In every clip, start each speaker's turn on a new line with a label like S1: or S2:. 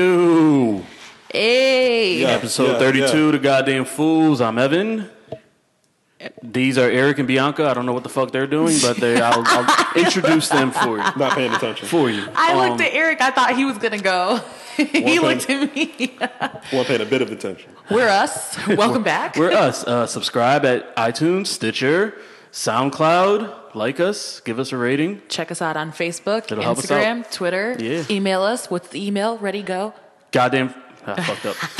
S1: You.
S2: Hey.
S3: Yeah.
S1: Episode
S3: yeah,
S1: 32,
S3: yeah.
S1: The Goddamn Fools. I'm Evan. These are Eric and Bianca. I don't know what the fuck they're doing, but they, I'll, I'll introduce them for you.
S3: Not paying attention.
S1: For you.
S2: I
S1: Um,
S2: looked at Eric. I thought he was gonna go. he
S3: One
S2: looked at me.
S3: Well, paying a bit of attention.
S2: We're us. Welcome back.
S1: We're us. Uh, subscribe at iTunes, Stitcher, SoundCloud. Like us. Give us a rating.
S2: Check us out on Facebook,
S1: It'll help us
S2: Instagram, Twitter.
S1: Yeah.
S2: Email us. What's the email? Ready? Go.
S1: Goddamn. I fucked up.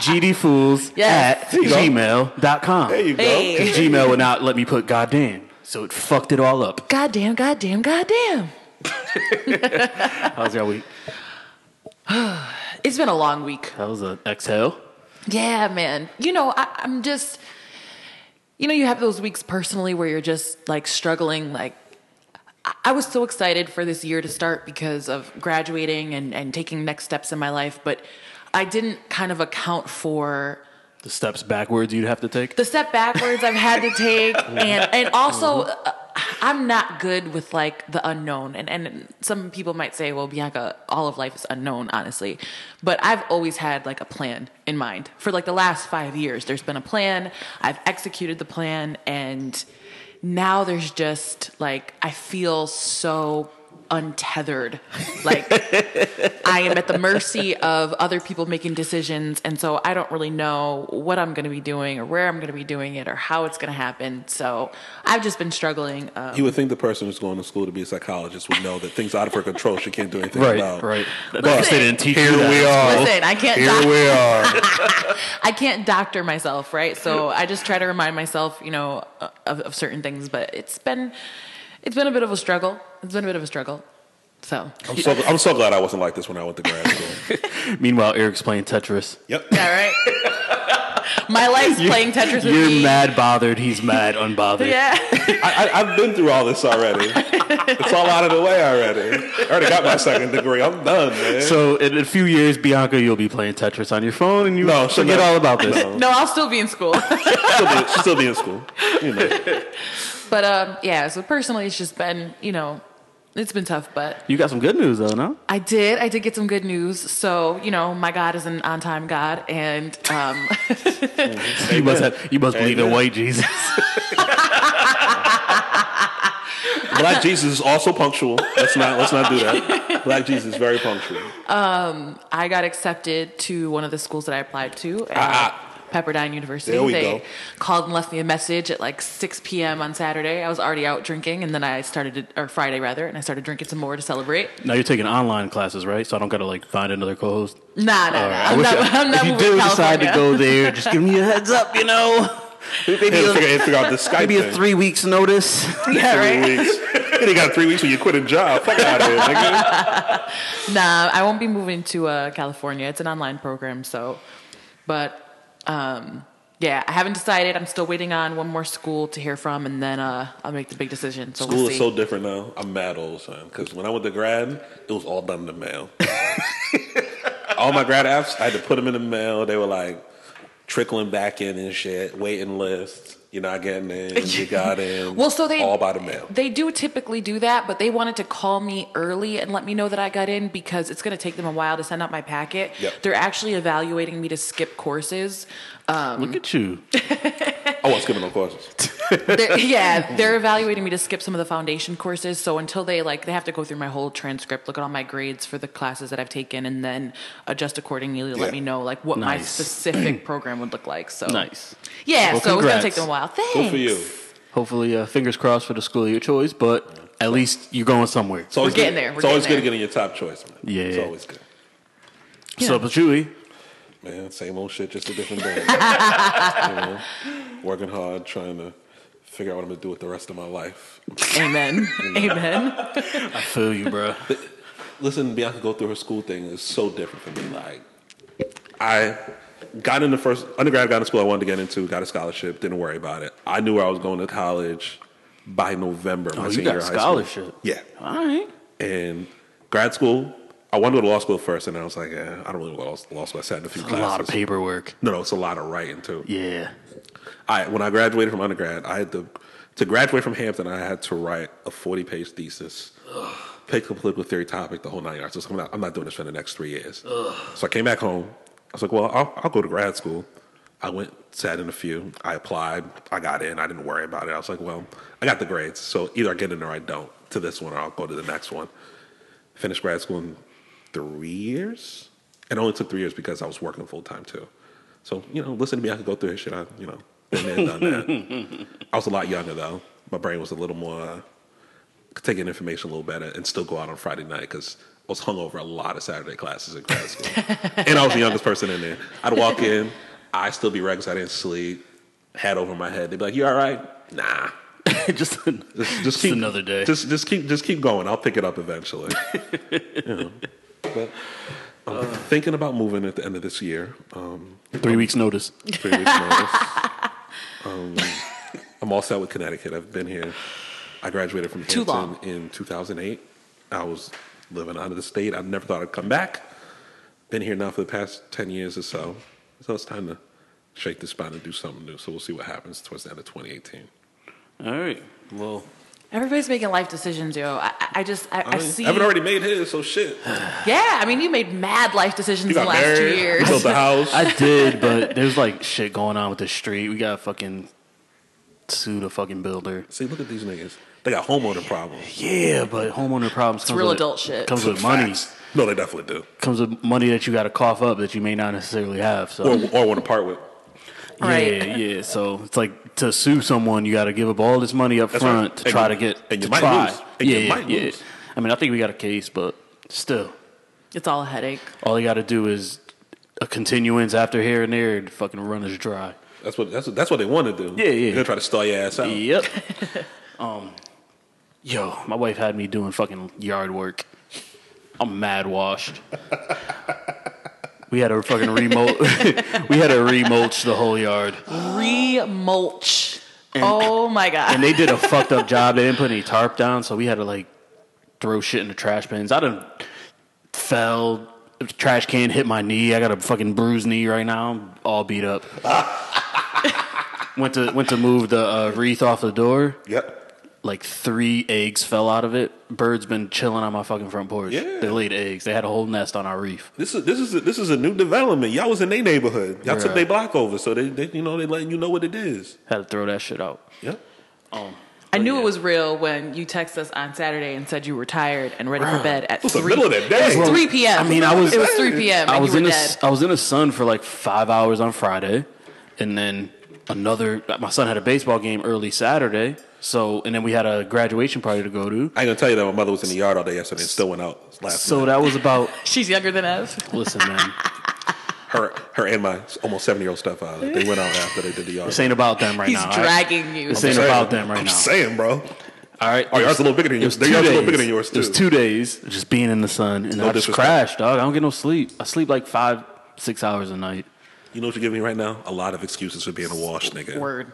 S1: GDFools
S2: Yes.
S1: at gmail.com.
S3: There you go.
S2: Hey.
S1: Gmail would not let me put goddamn, so it fucked it all up.
S2: Goddamn! Goddamn! Goddamn!
S1: How's your week?
S2: It's been a long week.
S1: That was an exhale.
S2: Yeah, man. You know, I, I'm just, you know, you have those weeks personally where you're just like struggling. Like, I, I was so excited for this year to start because of graduating and, and taking next steps in my life, but I didn't kind of account for
S1: The steps backwards you'd have to take.
S2: the step backwards I've had to take, and and also uh, I'm not good with like the unknown, and and some people might say, well, Bianca, all of life is unknown, honestly, but I've always had like a plan in mind for like the last five years. There's been a plan, I've executed the plan, and now there's just like I feel so untethered, like. I am at the mercy of other people making decisions. And so I don't really know what I'm going to be doing or where I'm going to be doing it or how it's going to happen. So I've just been struggling. Um,
S3: You would think the person who's going to school to be a psychologist would know that things out of her control she can't do anything
S1: Right,
S3: about.
S1: right.
S2: Listen.
S1: they didn't teach Here we are.
S2: listen, I can't, doc-
S1: we are.
S2: I can't doctor myself, right? So I just try to remind myself, you know, uh, of, of certain things. But it's been, it's been a bit of a struggle. It's been a bit of a struggle. So
S3: I'm so, I'm so glad I wasn't like this when I went to grad school.
S1: Meanwhile, Eric's playing Tetris.
S3: yep.
S2: all right, my life's playing Tetris with
S1: You're
S2: me.
S1: mad bothered. He's mad unbothered.
S2: Yeah,
S3: I, I, I've been through all this already. It's all out of the way already. I already got my second degree. I'm done, man.
S1: So in a few years, Bianca, you'll be playing Tetris on your phone, and you
S3: No, she'll
S1: forget
S3: never-
S1: all about this.
S3: No.
S2: no, I'll still be in school.
S3: she'll, be, she'll still be in school. You know.
S2: But um, yeah, so personally, it's just been, you know, it's been tough, but
S1: You got some good news though, no?
S2: I did, I did get some good news. So, you know, my God is an on time God. And um,
S1: You must have. You must believe in
S3: Amen.
S1: white Jesus.
S3: Black Jesus is also punctual. Let's not let's not do that. Black Jesus is very punctual.
S2: I got accepted to one of the schools that I applied to. uh,
S1: Ah,
S2: Pepperdine University.
S3: There we
S2: they
S3: go.
S2: called and left me a message at like 6 p.m. on Saturday. I was already out drinking, and then I started, to, or Friday rather, and I started drinking some more to celebrate.
S1: now you're taking online classes, right? So I don't gotta like find another co-host.
S2: Nah, nah, nah.
S1: All right. I
S2: I'm
S1: wish
S2: not,
S1: I-
S2: I'm not
S1: if you
S2: moving
S1: do
S2: to
S1: decide to
S2: California.
S1: go there, just give me a heads up. You know, maybe
S3: He'll
S1: a,
S3: figure, he'll figure out the Skype
S1: maybe a
S3: thing.
S1: three weeks notice.
S2: yeah, right?
S3: Three weeks. Then you got three weeks when you quit a job. Fuck out of here, nigga.
S2: Nah, I won't be moving to uh, California. It's an online program, so. But um, yeah, I haven't decided. I'm still waiting on one more school to hear from, and then uh, I'll make the big decision. So
S3: School
S2: we'll
S3: is
S2: see.
S3: so different now. I'm mad old son because when I went to grad, it was all done in the mail. all my grad apps, I had to put them in the mail. They were like trickling back in and shit, waiting lists. You're not getting in. You got in.
S2: well, so they
S3: all by the mail.
S2: They do typically do that, but they wanted to call me early and let me know that I got in because it's going to take them a while to send out my packet.
S3: Yep.
S2: They're actually evaluating me to skip courses.
S1: Look at you.
S3: Oh, I wasn't skipping no courses.
S2: they're, yeah, they're evaluating me to skip some of the foundation courses. So until they like, they have to go through my whole transcript, look at all my grades for the classes that I've taken, and then adjust accordingly to
S3: Yeah.
S2: let me know like what my
S1: Nice.
S2: specific program would look like. So
S1: Nice. Well,
S2: yeah. so it's gonna
S1: congrats.
S2: take them a while. Thanks.
S3: Good for you.
S1: Hopefully, uh, fingers crossed for the school of your choice, but at least you're going somewhere.
S3: It's always
S2: getting
S3: good-
S2: there. We're
S3: it's always
S2: getting
S3: good to get in your top choice, man.
S1: Yeah.
S3: It's always good.
S1: So, but Chewy,
S3: Man, same old shit, just a different day. you know, working hard, trying to figure out what I'm gonna do with the rest of my life.
S2: Amen. Amen.
S1: I feel you, bro.
S3: Listen, Bianca go through her school thing is so different for me. Like, I got in the first undergrad, got into school I wanted to get into, got a scholarship, didn't worry about it. I knew I was going to college by November. My
S1: Oh, you
S3: senior
S1: got a
S3: year of high school.
S1: scholarship.
S3: Yeah,
S1: All right.
S3: and grad school. I wanted to go to law school first, and I was like, eh, I don't really want to go to law school. I sat in a few
S1: A
S3: classes.
S1: lot of paperwork.
S3: No, no, it's a lot of writing too.
S1: Yeah.
S3: I when I graduated from undergrad, I had to to graduate from Hampton. I had to write a forty page thesis picked a political theory topic, the whole nine yards. I was like, I'm not, I'm not doing this for the next three years. So I came back home. I was like, well, I'll, I'll go to grad school. I went, sat in a few. I applied. I got in. I didn't worry about it. I was like, well, I got the grades. So either I get in or I don't to this one or I'll go to the next one. Finished grad school in three years. It only took three years because I was working full time too. So, you know, listen to me. I could go through this shit. I, you know, been there, done that. I was a lot younger though. My brain was a little more. Uh, could take in information a little better and still go out on Friday night because I was hungover a lot of Saturday classes in grad school. and I was the youngest person in there. I'd walk in, I'd still be because I didn't sleep, hat over my head. They'd be like, You all right? Nah.
S4: just
S3: Just, just
S4: Just
S3: keep,
S4: another day.
S3: Just, just keep, just keep going. I'll pick it up eventually. You know. But I'm thinking about moving at the end of this year. Um,
S1: Three weeks notice.
S3: three weeks notice. Um, I'm all set with Connecticut. I've been here. I graduated from
S2: Too
S3: Hampton
S2: long.
S3: in 2008. I was living out of the state. I never thought I'd come back. Been here now for the past 10 years or so. So it's time to shake the spine and do something new. So we'll see what happens towards the end of 2018.
S1: All right. Well,
S2: Everybody's making life decisions, yo. I, I- I just, I, I, see.
S3: haven't already made his, so shit.
S2: yeah, I mean, you made mad life decisions
S3: You
S2: in the
S3: got
S2: last two
S3: married, you
S2: years.
S3: built a house.
S1: I did, but there's like shit going on with the street. We got to fucking sue the fucking builder.
S3: see, look at these niggas. They got homeowner problems.
S1: Yeah, but homeowner problems comes
S2: real
S1: with,
S2: adult shit.
S1: Comes with money.
S3: Facts. No, they definitely do.
S1: Comes with money that you got to cough up that you may not necessarily have. So
S3: Or, or want to part with.
S1: Yeah,
S2: Right.
S1: yeah. So it's like to sue someone, you got to give up all this money up
S3: That's
S1: front
S3: right.
S1: to
S3: And
S1: try
S3: you-
S1: to get
S3: and you
S1: to
S3: might
S1: try.
S3: lose. And
S1: yeah,
S3: you
S1: yeah,
S3: might
S1: yeah.
S3: lose.
S1: I mean, I think we got a case, but still,
S2: It's all a headache.
S1: all they got to do is a continuance after here and there, and fucking run us dry.
S3: That's what that's what, that's what they want to do.
S1: Yeah, yeah.
S3: They're gonna try to stall your ass out.
S1: Yep. um, yo, my wife had me doing fucking yard work. I'm mad washed. We had to fucking remulch. we had to remulch the whole yard.
S2: Remulch. Oh my god.
S1: and they did a fucked up job. They didn't put any tarp down, so we had to like throw shit in the trash bins. I done fell, trash can hit my knee. I got a fucking bruised knee right now. I'm all beat up. went to went to move the uh, wreath off the door.
S3: Yep.
S1: Like three eggs fell out of it. Birds been chilling on my fucking front porch.
S3: Yeah.
S1: They laid eggs. They had a whole nest on our reef.
S3: This is this is a, this is a new development. Y'all was in their neighborhood. Y'all took
S1: Right.
S3: their block over, so they, they you know they letting you know what it is.
S1: Had to throw that shit out.
S3: Yep.
S2: I knew
S1: Oh, yeah.
S2: it was real when you texted us on Saturday and said you were tired and ready for bed at
S3: It's the
S2: three.
S3: middle of the
S2: It was
S3: day.
S2: three p.m.
S1: I mean, I was-
S2: It was three p.m.
S1: I
S2: and
S1: was
S2: you
S1: in
S2: were
S1: a,
S2: dead.
S1: I was in the sun for like five hours on Friday, and then another. My son had a baseball game early Saturday, so and then we had a graduation party to go to.
S3: I ain't gonna tell you that my mother was in the yard all day yesterday and still went out last
S1: So
S3: night.
S1: that was about.
S2: She's younger than us.
S1: Listen, man,
S3: Her her and my almost seventy year old stepfather they went out after they did the yard.
S1: this ain't about them right
S2: He's
S1: now. all right?
S2: dragging you.
S1: This ain't
S3: I'm
S1: about
S3: saying-
S1: them right
S3: I'm
S1: now.
S3: saying, bro.
S1: All right,
S3: Our yard's Oh, a little bigger than
S1: It was
S3: yours. Their
S1: two
S3: yard's a little
S1: days.
S3: bigger than yours
S1: It was two
S3: too.
S1: days of just being in the sun, and I just
S3: disrespect.
S1: crashed, dog. I don't get no sleep. I sleep like five, six hours a night.
S3: You know what you're giving me right now? A lot of excuses for being a wash nigga.
S2: Word.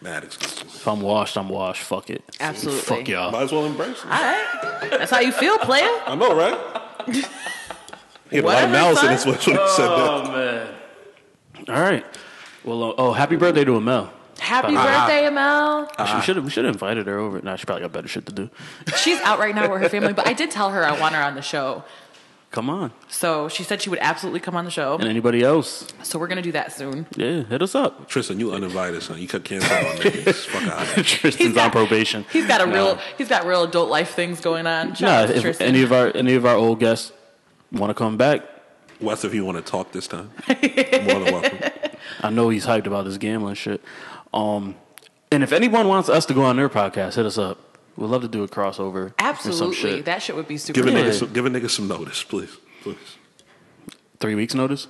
S3: Mad excuses.
S1: If I'm washed, I'm washed. Fuck it.
S2: Absolutely.
S1: Fuck y'all.
S3: Might as well embrace it.
S2: All right. That's how you feel, player.
S3: I know, right? He had a lot of
S2: Whatever,
S3: malice in
S2: son.
S3: this one when he said that.
S1: All right. Well, uh, oh, happy birthday to Amel.
S2: Happy
S1: Ah.
S2: birthday, Mel.
S1: She should have we should have invited her over. Nah, she probably got better shit to do.
S2: She's out right now with her family, but I did tell her I want her on the show.
S1: Come on.
S2: So she said she would absolutely come on the show.
S1: And anybody else?
S2: So we're gonna do that soon.
S1: Yeah, hit us up.
S3: Tristan, you uninvited, son. You kept canceling on niggas. Fuck out of here.
S1: Tristan's on probation.
S2: He's got a
S1: Nah.
S2: real he's got real adult life things going on. Shout
S1: Nah,
S2: out to
S1: if
S2: Tristan.
S1: any of our any of our old guests want to come back,
S3: Wes, if you want to talk this time, you're more than welcome.
S1: I know he's hyped about this gambling shit. Um, and if anyone wants us to go on their podcast, hit us up. We'd love to do a crossover. or some
S2: Absolutely.
S1: shit.
S2: That shit would be super
S3: Give a,
S2: fun.
S3: nigga some, give a nigga some notice, please. Please.
S1: Three weeks notice.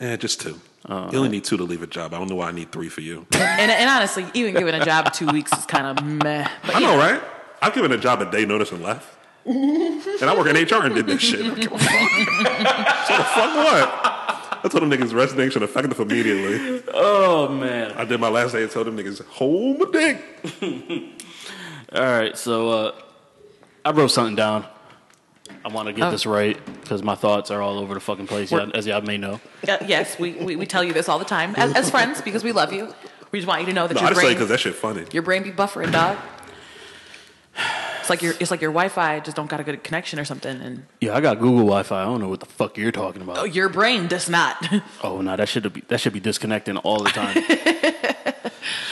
S3: Yeah, just two. you only need two to leave a job. I don't know why I need three for you.
S2: And, and honestly, even giving a job two weeks is kind of meh. But
S3: I
S2: yeah.
S3: know, right? I've given a job a day notice and left. and I work in HR and did this shit. I don't give a fuck. so the fuck what? I told them niggas resignation effective immediately.
S1: Oh man.
S3: I did my last day and told them niggas, hold my dick.
S1: All right, so uh, I wrote something down. I want to get
S2: Oh.
S1: this right because my thoughts are all over the fucking place, y'all- as y'all may know.
S2: Uh, yes, we, we, we tell you this all the time as, as friends because we love you. We just want you to know that
S3: No, I
S2: your,
S3: just say
S2: brain,
S3: because that shit funny.
S2: your brain be buffering, dog. like your it's like your Wi-Fi just don't got a good connection or something, and
S1: Yeah, I got Google Wi-Fi. I don't know what the fuck you're talking about.
S2: oh,
S1: Oh,
S2: your brain does not.
S1: no, that should be that should be disconnecting all the time.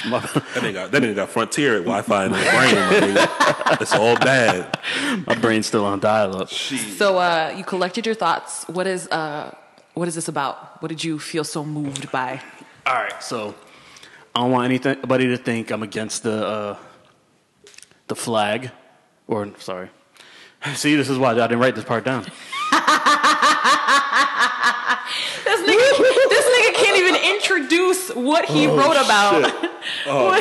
S1: my,
S3: That nigga, got- that nigga got Frontier at Wi-Fi in his brain. My nigga. It's all bad.
S1: my brain's still on dial-up.
S2: so uh, you collected your thoughts. What is uh, what is this about? What did you feel so moved by?
S1: All right, so I don't want anybody to think I'm against the uh, the flag, or sorry. See, this is why I didn't write this part down.
S2: This nigga, this nigga can't even introduce what he wrote about. what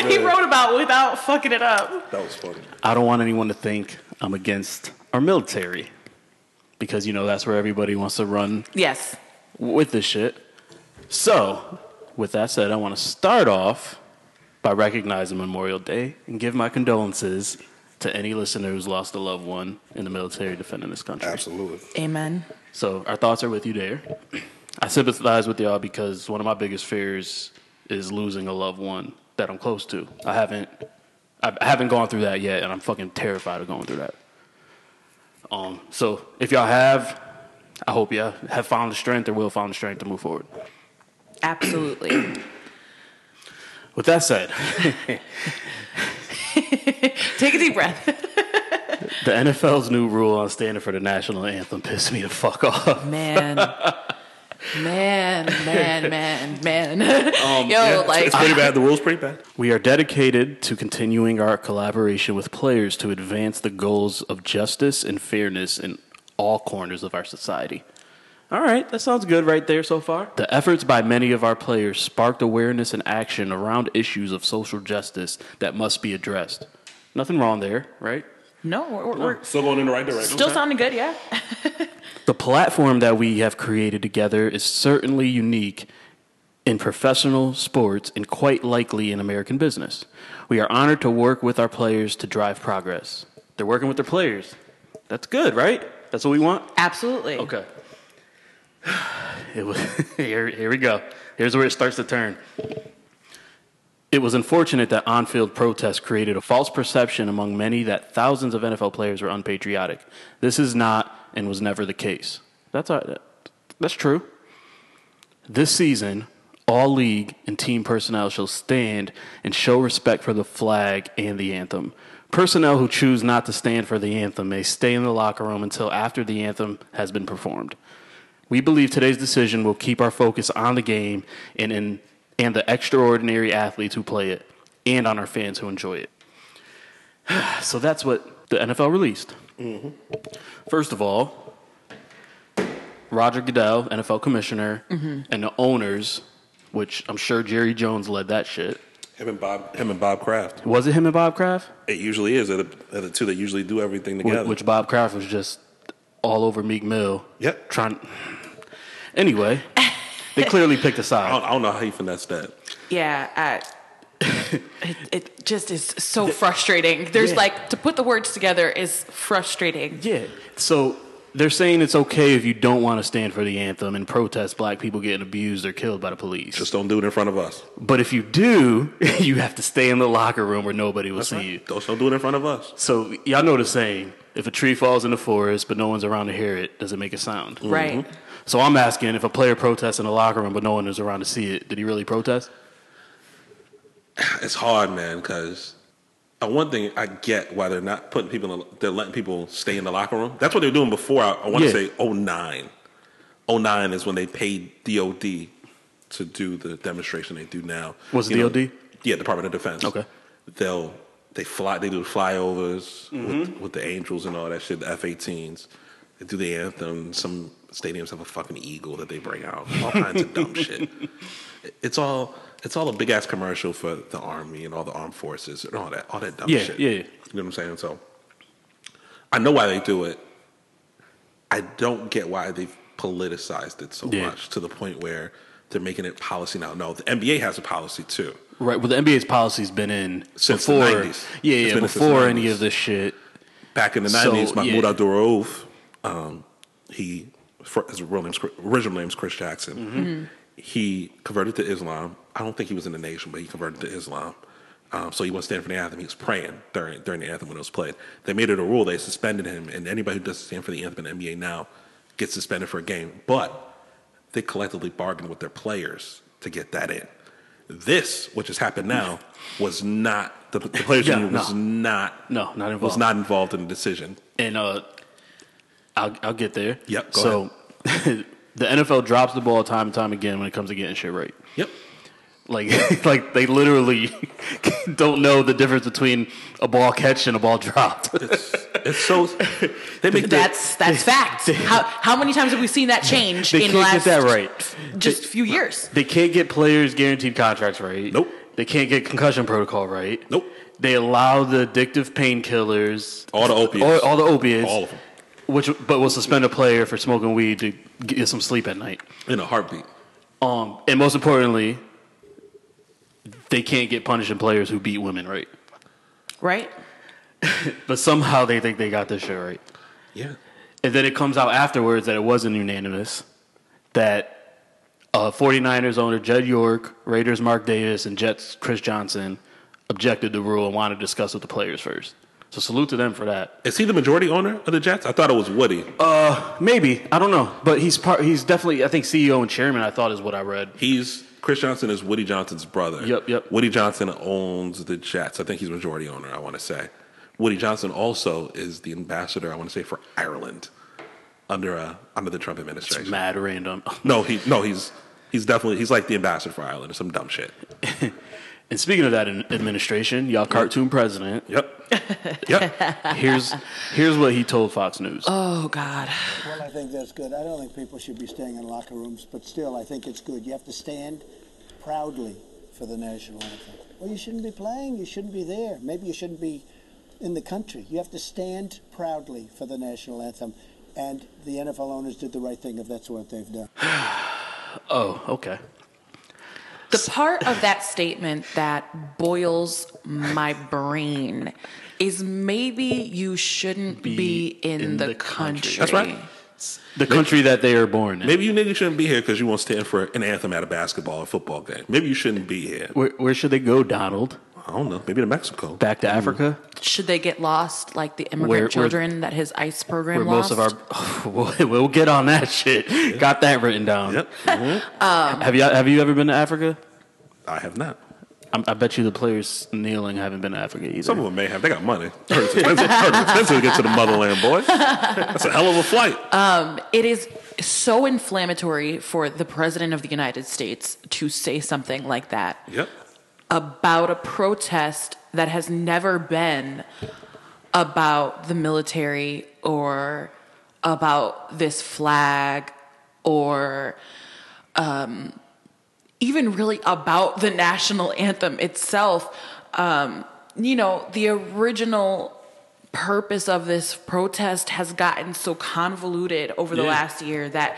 S2: he
S3: Oh, man.
S2: wrote about without fucking it up.
S3: That was funny.
S1: I don't want anyone to think I'm against our military because you know that's where everybody wants to run
S2: Yes.
S1: with this shit. So, with that said, I want to start off by recognizing Memorial Day and give my condolences to any listener who's lost a loved one in the military defending this country.
S3: Absolutely.
S2: Amen.
S1: So our thoughts are with you there. I sympathize with y'all because one of my biggest fears is losing a loved one that I'm close to. I haven't I haven't gone through that yet and I'm fucking terrified of going through that. Um so if y'all have I hope y'all have found the strength or will find the strength to move forward.
S2: Absolutely.
S1: With that said,
S2: Take a deep breath.
S1: the NFL's new rule on standing for the national anthem pissed me the fuck off.
S2: Man. Man, man, man, man. Yo,
S3: Yeah, it's-
S2: like
S3: it's pretty bad. The rule's pretty bad.
S1: We are dedicated to continuing our collaboration with players to advance the goals of justice and fairness in all corners of our society. All right, that sounds good right there so far. The efforts by many of our players sparked awareness and action around issues of social justice that must be addressed. Nothing wrong there, right?
S2: no, we're, we're, we're
S3: Still going in the right direction.
S2: still sounding good, yeah.
S1: The platform that we have created together is certainly unique in professional sports and quite likely in American business. We are honored to work with our players to drive progress. They're working with their players. That's good, right? That's what we want?
S2: Absolutely.
S1: Okay. It was here. Here we go. Here's where it starts to turn. It was unfortunate that on-field protests created a false perception among many that thousands of NFL players were unpatriotic. This is not and was never the case. That's all, that's true. This season, all league and team personnel shall stand and show respect for the flag and the anthem. Personnel who choose not to stand for the anthem may stay in the locker room until after the anthem has been performed. We believe today's decision will keep our focus on the game and in, and the extraordinary athletes who play it and on our fans who enjoy it. so that's what the NFL released. First of all, Roger Goodell, NFL commissioner, and the owners, which I'm sure Jerry Jones led that shit.
S3: Him and Bob. Him and Bob Kraft.
S1: Was it him and Bob Kraft?
S3: It usually is. They're the, they're the two that usually do everything
S1: Wh-
S3: together.
S1: Which Bob Kraft was just all over Meek Mill.
S3: Yep.
S1: Trying. Anyway, they clearly picked a
S3: I
S1: side.
S3: don't, I don't know how he finessed that.
S2: Yeah, I, it, it just is so frustrating. There's
S1: Yeah.
S2: like to put the words together is frustrating.
S1: Yeah. So they're saying it's okay if you don't want to stand for the anthem and protest black people getting abused or killed by the police.
S3: Just don't do it in front of us.
S1: but if you do, you have to stay in the locker room where nobody will see you.
S3: Don't, don't do it in front of us.
S1: So y'all know the saying: if a tree falls in the forest but no one's around to hear it, does it make a sound?
S2: Right.
S1: So I'm asking if a player protests in the locker room but no one is around to see it, did he really protest?
S3: It's hard, man, because uh, one thing I get why they're not putting people in the, they're letting people stay in the locker room. That's what they were doing before. I, I want
S1: Yeah.
S3: to say 09. 09 is when they paid DOD to do the demonstration they do now.
S1: Was it
S3: You know,
S1: DOD?
S3: yeah, Department of Defense.
S1: Okay.
S3: They'll they fly they do the flyovers with, with the Angels and all that shit, the F 18s. They do the anthem. Some stadiums have a fucking eagle that they bring out. All kinds of dumb shit. It's all it's all a big ass commercial for the army and all the armed forces and all that all that dumb
S1: Yeah,
S3: shit.
S1: yeah.
S3: You know what I'm saying? So I know why they do it. I don't get why they've politicized it so
S1: Yeah.
S3: much to the point where they're making it policy now. No, the NBA has a policy too.
S1: Right. Well, the NBA's policy's been in
S3: Since the
S1: before,
S3: 90s.
S1: yeah,
S3: It's
S1: yeah,
S3: been since the
S1: before any
S3: 90s.
S1: of this shit.
S3: back in the
S1: So,
S3: nineties, Mahmoud
S1: yeah.
S3: Abdurraouf, um, he fr- his real name's, Chris- original name's Chris Jackson.
S1: Mm-hmm.
S3: He converted to Islam. I don't think he was in the nation, but he converted to Islam. Um, so he wasn't standing for the anthem. He was praying during during the anthem when it was played. They made it a rule. They suspended him, and anybody who doesn't stand for the anthem in the NBA now gets suspended for a game. But they collectively bargained with their players to get that in. This, which has happened now, was not the, the players'
S1: Yeah,
S3: union was
S1: no.
S3: not
S1: No, not
S3: was
S1: involved.
S3: not involved in the decision.
S1: And uh, I'll I'll get there.
S3: Yep, go
S1: So the NFL drops the ball time and time again when it comes to getting shit right.
S3: Yep.
S1: Like like they literally don't know the difference between a ball catch and a ball dropped.
S3: It's, it's so they make the-
S2: That's that's fact. How how many times have we seen that change
S1: They
S2: in
S1: can't
S2: last
S1: get that right.
S2: just few years?
S1: They can't get players guaranteed contracts right.
S3: Nope.
S1: They can't get concussion protocol right.
S3: Nope.
S1: They allow the addictive painkillers,
S3: all the
S1: all,
S3: opiates,
S1: all the opiates,
S3: all of them
S1: which but will suspend a player for smoking weed to get some sleep at night.
S3: in a heartbeat.
S1: Um, and most importantly, they can't get punishing players who beat women right.
S2: Right?
S1: But somehow they think they got this shit right.
S3: Yeah.
S1: And then it comes out afterwards that it wasn't unanimous. That uh, 49ers owner Jed York, Raiders Mark Davis, and Jets Chris Johnson objected to the rule and wanted to discuss with the players first. So salute to them for that.
S3: Is he the majority owner of the Jets? I thought it was Woody.
S1: Maybe I don't know, but he's part. He's definitely I think CEO and chairman. I thought is what I read.
S3: He's Chris Johnson is Woody Johnson's brother.
S1: Yep, yep.
S3: Woody Johnson owns the Jets. I think he's majority owner. I want to say. Woody Johnson also is the ambassador. I want to say for Ireland under uh, under the Trump administration.
S1: Mad random.
S3: No, he no he's he's definitely he's like the ambassador for Ireland or some dumb shit.
S1: and speaking of that in administration, y'all cartoon president.
S3: Yep. Yep.
S1: Here's here's what he told Fox News.
S2: Oh God.
S4: Well, I think that's good. I don't think people should be staying in locker rooms, but still, I think it's good. You have to stand proudly for the national anthem. Well, you shouldn't be playing. You shouldn't be there. Maybe you shouldn't be in the country. You have to stand proudly for the national anthem. And the NFL owners did the right thing if that's what they've done.
S1: oh, okay.
S2: The part of that statement that boils my brain is maybe you shouldn't be, in, the, country.
S3: That's right.
S1: The country that they are born in.
S3: Maybe you niggas shouldn't be here because you won't stand for an anthem at a basketball or football game. Maybe you shouldn't be here.
S1: Where, where should they go, Donald?
S3: I don't know. Maybe to Mexico.
S1: Back to Africa,
S2: Should they get lost like the immigrant
S1: Where- where-
S2: children that his ICE program
S1: where
S2: lost?
S1: most of our we'll, we'll get on that shit. Got that written down.
S3: Yep. Mm-hmm.
S1: Have you have you ever been to Africa?
S3: I have not.
S1: I'm, I bet you the players kneeling haven't been to Africa either.
S3: Some of them may have. They got money. Heard it's expensive, heard it's expensive to get to the motherland, boy. That's a hell of a flight.
S2: it is so inflammatory for the president of the United States to say something like that
S3: yep.
S2: about a protest that has never been about the military or about this flag or um, even really about the national anthem itself. Um, you know, the original purpose of this protest has gotten so convoluted over the
S1: Yeah.
S2: last year that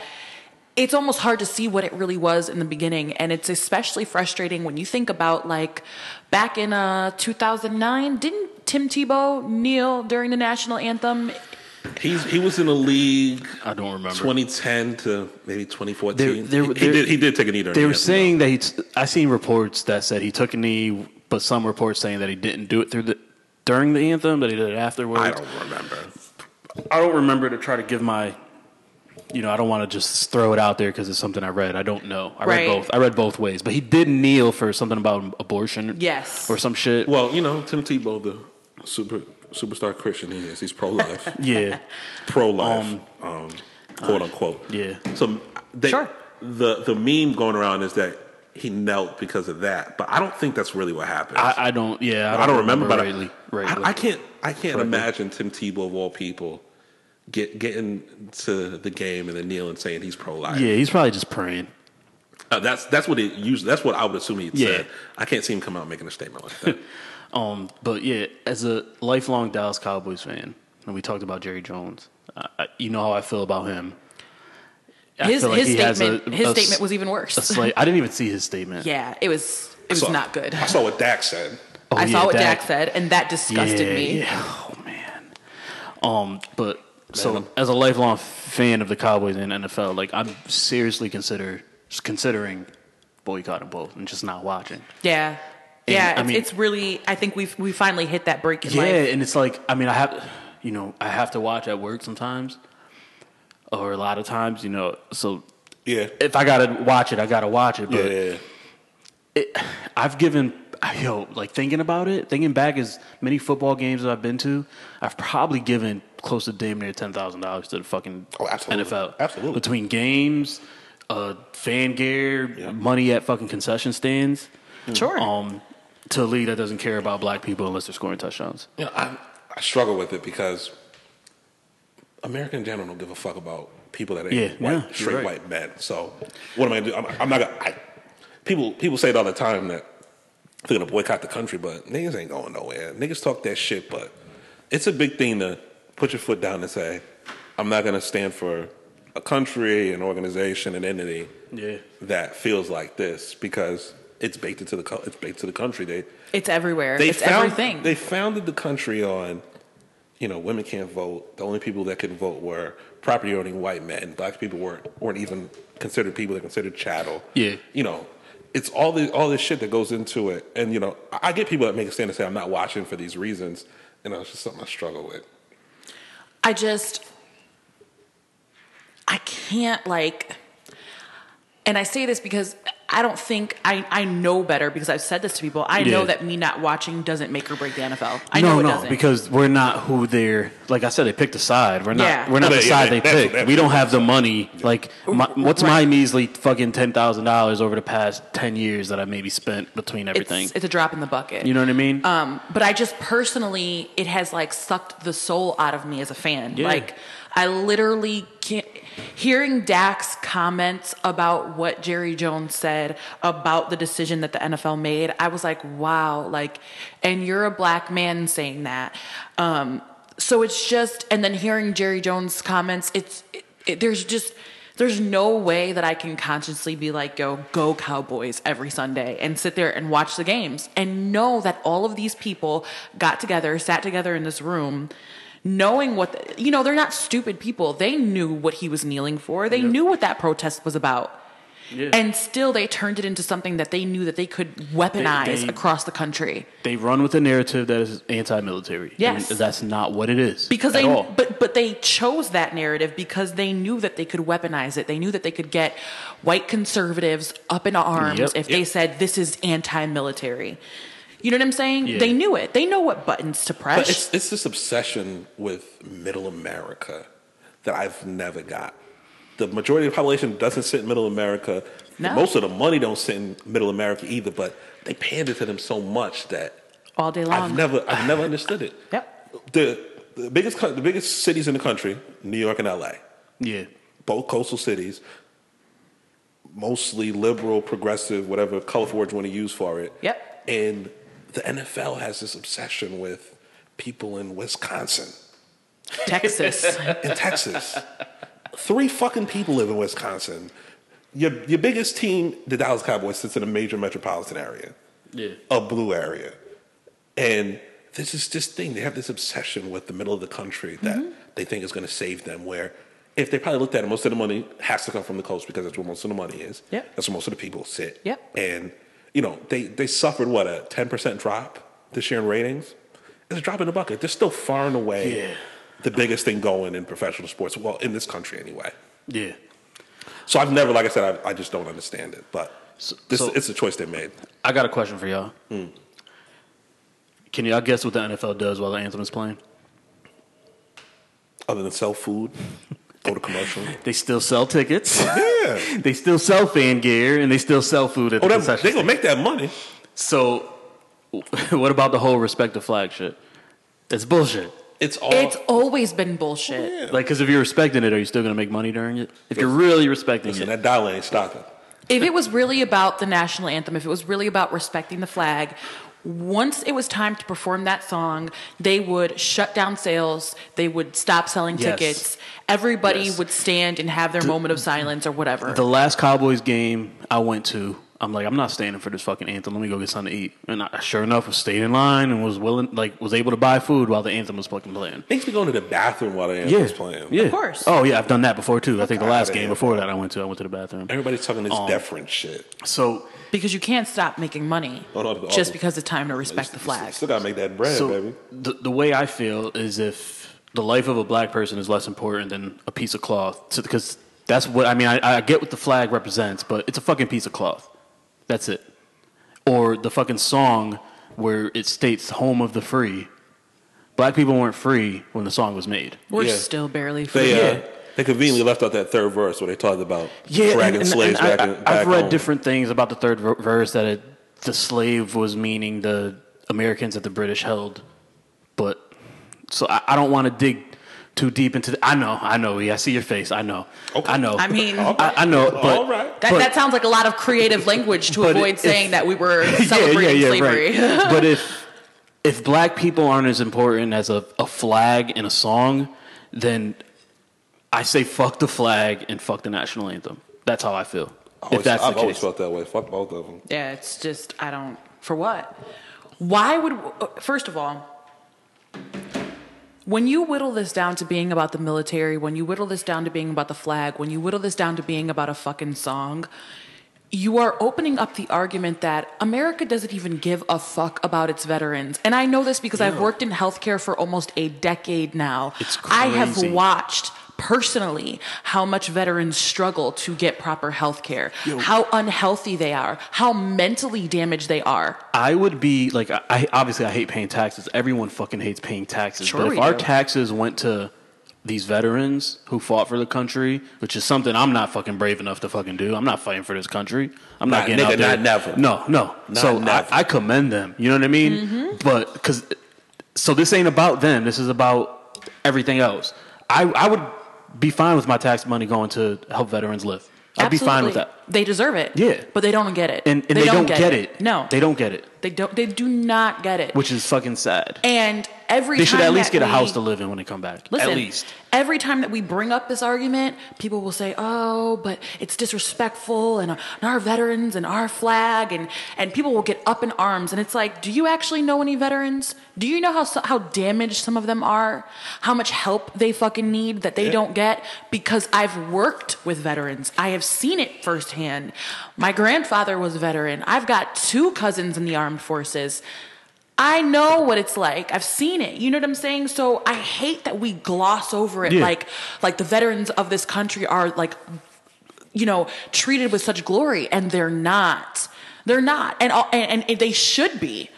S2: it's almost hard to see what it really was in the beginning and it's especially frustrating when you think about like back in uh 2009 didn't tim tebow kneel during the national anthem
S3: He's he was in the league
S1: I don't remember.
S3: 2010 to maybe 2014.
S1: They- they-
S3: he, he
S1: they-
S3: did he did take a knee during
S1: They
S3: the
S1: were
S3: anthem,
S1: saying that he. T- I seen reports that said he took a knee, but some reports saying that he didn't do it through the during the anthem. That he did it
S3: though.
S1: afterwards.
S3: I don't remember.
S1: I don't remember to try to give my. You know, I don't want to just throw it out there because it's something I read. I don't know. I
S2: Right.
S1: read both. I read both ways, but he did kneel for something about abortion.
S2: Yes.
S1: or some shit.
S3: Well, you know, Tim Tebow, the super superstar Christian he is. He's pro life.
S1: yeah,
S3: pro life, um, quote unquote.
S1: uh, yeah.
S3: So they,
S2: Sure.
S3: the the meme going around is that he knelt because of that, but I don't think that's really what happened.
S1: I, I don't. Yeah,
S3: I don't remember, but I-
S1: rightly.
S3: I,
S1: rightly.
S3: I can't. I can't imagine Tim Tebow of all people get getting to the game and then kneeling saying he's pro life.
S1: yeah, he's probably just praying.
S3: Uh, that's that's what it used. That's what I would assume he would
S1: Yeah.
S3: said. I can't see him come out making a statement like that.
S1: Um, but yeah, as a lifelong Dallas Cowboys fan, and we talked about Jerry Jones. I, I, you know how I feel about him. I
S2: his
S1: feel like
S2: his
S1: he has
S2: statement
S1: a-
S2: his
S1: a s-
S2: statement was even worse
S1: a slight- I didn't even see his statement.
S2: yeah it was it was
S3: So,
S2: not good
S3: I saw what Dak said.
S1: Oh,
S2: i saw
S1: yeah,
S2: what
S1: that-
S2: dak said and that disgusted
S1: yeah,
S2: me
S1: Yeah. Oh man. Um, but so
S3: Man.
S1: as a lifelong fan of the Cowboys and NFL, like I'm seriously consider considering boycotting both and just not watching.
S2: yeah yeah,
S1: I
S2: it's,
S1: mean-
S2: it's really. I think we've we finally hit that break in
S1: yeah,
S2: life.
S1: and it's like I mean I have you know I have to watch at work sometimes, or a lot of times you know. So
S3: Yeah.
S1: if I gotta watch it, I gotta watch it.
S3: Yeah,
S1: But
S3: yeah,
S1: it, I've given yo like thinking about it, thinking back as many football games that I've been to, I've probably given close to damn near ten thousand dollars to the fucking
S3: Oh, absolutely.
S1: NFL,
S3: Absolutely.
S1: between games, uh, fan gear, money at fucking concession stands,
S2: Sure.
S1: um, to a league that doesn't care about black people unless they're scoring touchdowns.
S3: You know, I, I struggle with it because American in general don't give a fuck about people that ain't
S1: Yeah,
S3: white,
S1: yeah, you're
S3: straight
S1: right.
S3: white men. So what am I gonna do? I'm, I'm not gonna. I, people people say it all the time that they're gonna boycott the country, but niggas ain't going nowhere. Niggas talk that shit, but it's a big thing to put your foot down and say, I'm not gonna stand for a country, an organization, an entity
S1: Yeah.
S3: that feels like this because it's baked into the co- it's baked to the country. They
S2: It's everywhere.
S3: they
S2: it's
S3: found-
S2: everything.
S3: They founded the country on, you know, women can't vote. The only people that could vote were property owning white men. Black people weren't weren't even considered people. They're considered chattel.
S1: Yeah.
S3: You know, it's all the all this shit that goes into it. And you know, I, I get people that make a stand and say I'm not watching for these reasons. You know, it's just something I struggle with.
S2: I just I can't like and I say this because I don't think I, I know better because I've said this to people. I know
S1: Yeah.
S2: that me not watching doesn't make or break the NFL. I
S1: no,
S2: know it
S1: no,
S2: doesn't.
S1: because we're not who they're. Like I said, they picked a side. We're not.
S2: Yeah.
S1: We're not
S3: Yeah,
S1: the
S3: yeah,
S1: side they
S3: they- that's-
S1: picked.
S3: that's-
S1: We don't have the money. Like, my, what's my
S2: Right.
S1: measly fucking ten thousand dollars over the past ten years that I maybe spent between everything?
S2: it's, it's a drop in the bucket.
S1: you know what I mean?
S2: Um, but I just personally, it has like sucked the soul out of me as a fan.
S1: Yeah.
S2: Like, I literally can't. Hearing Dak's comments about what Jerry Jones said about the decision that the NFL made, I was like, wow, like, and you're a black man saying that. Um, so it's just, and then hearing Jerry Jones' comments, it's, it, it, there's just, there's no way that I can consciously be like, yo, go Cowboys every Sunday and sit there and watch the games and know that all of these people got together, sat together in this room, knowing what, the- you know, they're not stupid people. They knew what he was kneeling for, they knew what that protest was about. And still, they turned it into something that they knew that they could weaponize
S1: They- they-
S2: across the country
S1: they run with a narrative that is anti-military.
S2: Yes.
S1: and that's not what it is.
S2: because
S1: at
S2: they
S1: all.
S2: but but they chose that narrative because they knew that they could weaponize it. They knew that they could get white conservatives up in arms
S1: Yep.
S2: if they said this is anti-military. You know what I'm saying?
S1: Yeah.
S2: They knew it. They know what buttons to press.
S3: But it's it's this obsession with Middle America that I've never got. The majority of the population doesn't sit in Middle America.
S2: No.
S3: Most of the money don't sit in Middle America either. But they panned it to them so much that
S2: All day long.
S3: I've never I've never understood it.
S2: Yep.
S3: The the biggest co- the biggest cities in the country, New York and L.A
S1: yeah,
S3: both coastal cities, mostly liberal, progressive, whatever colorful words you want to use for it.
S2: Yep.
S3: And the NFL has this obsession with people in Wisconsin
S2: Texas.
S3: in Texas. Three fucking people live in Wisconsin. Your your biggest team, the Dallas Cowboys, sits in a major metropolitan area,
S1: yeah.
S3: a blue area, and this is this thing. They have this obsession with the middle of the country that they think is going to save them. Where if they probably looked at it, most of the money has to come from the coast because that's where most of the money is.
S2: Yep.
S3: that's where most of the people sit.
S2: Yep.
S3: and you know they they suffered what a ten percent drop this year in ratings. It's a drop in the bucket. They're still far and away
S1: Yeah.
S3: the biggest thing going in professional sports. Well, in this country anyway.
S1: Yeah.
S3: So I've never, like I said, I, I just don't understand it. But this,
S1: so-
S3: it's a choice they made.
S1: I got a question for y'all.
S3: Hmm.
S1: Can y'all guess what the NFL does while the anthem is playing?
S3: Other than sell food, go to commercial.
S1: They still sell tickets.
S3: Yeah.
S1: they still sell fan gear and they still sell food at the
S3: Oh, that,
S1: concession.
S3: they gonna make that money.
S1: So, what about the whole respect the flag shit? It's bullshit.
S3: It's all.
S2: it's always been bullshit.
S1: Like, because if you're respecting it, are you still going to make money during it? If you're really respecting
S3: listen,
S1: it,
S3: that dollar ain't stopping.
S2: if it was really about the national anthem, if it was really about respecting the flag, once it was time to perform that song, they would shut down sales, they would stop selling
S1: Yes.
S2: tickets, everybody
S1: Yes.
S2: would stand and have their moment of silence or whatever.
S1: the last Cowboys game I went to, I'm like, I'm not standing for this fucking anthem. Let me go get something to eat. And I, sure enough, was staying in line and was willing, like, was able to buy food while the anthem was fucking playing.
S3: Makes me go to the bathroom while the
S1: Yeah,
S3: anthem's playing.
S1: yeah.
S2: Of course.
S1: Oh yeah, I've done that before too. I think the
S3: Fuck
S1: last
S3: outta
S1: game
S3: here.
S1: before that, I went to, I went to the bathroom. Um,
S3: Everybody's talking this deferent shit.
S1: So
S2: Because you can't stop making money
S3: Oh, no, the-
S2: just
S3: oh,
S2: because it's time to respect
S3: You
S2: the
S3: s-
S2: flag.
S3: Still gotta make that bread,
S1: so
S3: baby.
S1: The, the way I feel is if the life of a black person is less important than a piece of cloth, because that's what I mean. I, I get what the flag represents, but it's a fucking piece of cloth. That's it. Or the fucking song where it states "home of the free." Black people weren't free when the song was made.
S2: We're
S3: Yeah.
S2: still barely free.
S3: They
S1: Yeah.
S3: uh, they conveniently left out that third verse where they talked about
S1: Yeah, and,
S3: dragging
S1: and-
S3: slaves
S1: and I,
S3: back.
S1: I-
S3: in-
S1: I've
S3: back
S1: read
S3: home.
S1: different things about the third ver- verse that it, the slave was meaning the Americans that the British held, but so I, I don't want to dig too deep into. The, I know, I know, E, I see your face. I know,
S3: Okay.
S1: I know.
S2: I mean-
S1: I, I know, but
S3: All right.
S2: That,
S1: but-
S2: that sounds like a lot of creative language to
S1: But
S2: avoid
S1: if-
S2: saying that we were celebrating slavery.
S1: Right. but if if black people aren't as important as a, a flag and a song, then I say fuck the flag and fuck the national anthem. That's how I feel.
S3: I
S1: if
S3: always-
S1: that's
S3: Oh, I've
S1: the
S3: always
S1: case.
S3: felt that way. Fuck both of them.
S2: Yeah, it's just I don't for what. Why would uh, first of all, when you whittle this down to being about the military, when you whittle this down to being about the flag, when you whittle this down to being about a fucking song, you are opening up the argument that America doesn't even give a fuck about its veterans. And I know this because I've worked in healthcare for almost a decade now.
S1: It's
S2: I have
S1: crazy.
S2: watched personally how much veterans struggle to get proper health care, how unhealthy they are, how mentally damaged they are.
S1: I would be like, I, I obviously I hate paying taxes. Everyone fucking hates paying taxes.
S2: Sure
S1: but if
S2: we
S1: our
S2: do.
S1: taxes went to these veterans who fought for the country, which is something I'm not fucking brave enough to fucking do. I'm not fighting for this country. I'm not
S3: Nah,
S1: getting
S3: nigga,
S1: out there.
S3: not never.
S1: No, no.
S3: Not
S1: so I-
S3: never.
S1: I, commend them. You know what I mean? But because so this ain't about them. This is about everything else. I I would be fine with my tax money going to help veterans live. I'd be fine with that.
S2: Absolutely. They deserve it.
S1: Yeah.
S2: But they don't get it.
S1: And, and they, don't, get, it.
S2: No.
S1: they don't get it,
S2: They don't they do not get it.
S1: which is fucking sad.
S2: and every
S1: They should
S2: time
S1: at least
S2: that
S1: get a
S2: we-
S1: house to live in when they come back.
S2: Listen,
S1: at least.
S2: every time that we bring up this argument, people will say, "Oh, but it's disrespectful and, and our veterans and our flag," and and people will get up in arms. And it's like, do you actually know any veterans? Do you know how so- how damaged some of them are? How much help they fucking need that they
S3: Yeah.
S2: don't get? Because I've worked with veterans, I have seen it firsthand. My grandfather was a veteran. I've got two cousins in the armed forces. I know what it's like. I've seen it. You know what I'm saying? So I hate that we gloss over it
S1: Yeah.
S2: like like the veterans of this country are like you know, treated with such glory and they're not. They're not. And all- and, and they should be.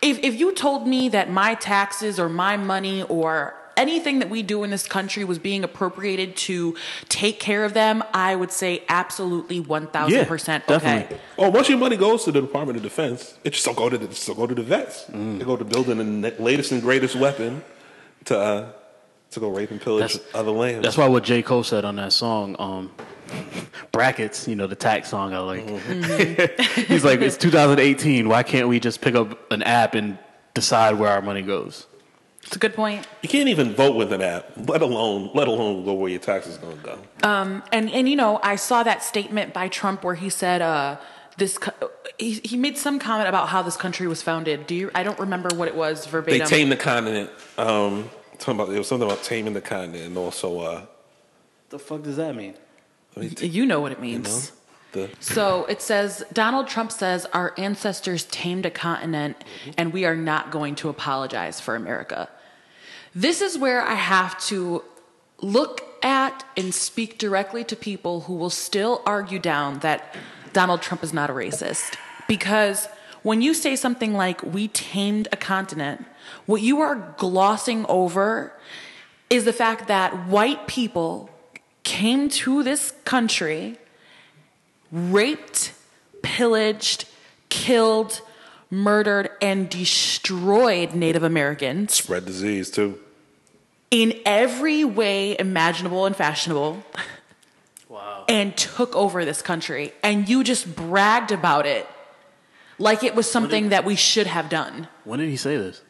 S2: If if you told me that my taxes or my money or anything that we do in this country was being appropriated to take care of them, I would say absolutely 1000% okay.
S1: definitely.
S3: Well, once your money goes to the Department of Defense, it still go to the, still go to the vets.
S1: Mm.
S3: They go to building the ne- latest and greatest weapon to uh, to go rape and pillage
S1: That's-
S3: other lands.
S1: That's why what J. Cole said on that song, um, brackets, you know, the tax song I like.
S2: Mm-hmm.
S1: He's like, it's 2018. Why can't we just pick up an app and decide where our money goes?
S2: It's a good point.
S3: you can't even vote with an app, let alone let alone go where your taxes gonna go.
S2: and and you know I saw that statement by Trump where he said uh this co- he, he made some comment about how this country was founded. Do you I don't remember what it was
S3: they
S2: verbatim.
S3: tamed the continent. Um, talking about it was something about taming the continent and also uh,
S1: The fuck does that mean?
S2: you know what it
S3: you know,
S2: means.
S3: the
S2: So it says Donald Trump says our ancestors tamed a continent and we are not going to apologize for America. This is where I have to look at and speak directly to people who will still argue down that Donald Trump is not a racist. Because when you say something like, we tamed a continent, what you are glossing over is the fact that white people came to this country raped, pillaged, killed, murdered, and destroyed Native Americans
S3: spread disease too.
S2: in every way imaginable and fashionable. Wow. And took over this country. And you just bragged about it like it was something that we should have done.
S1: When did he say this?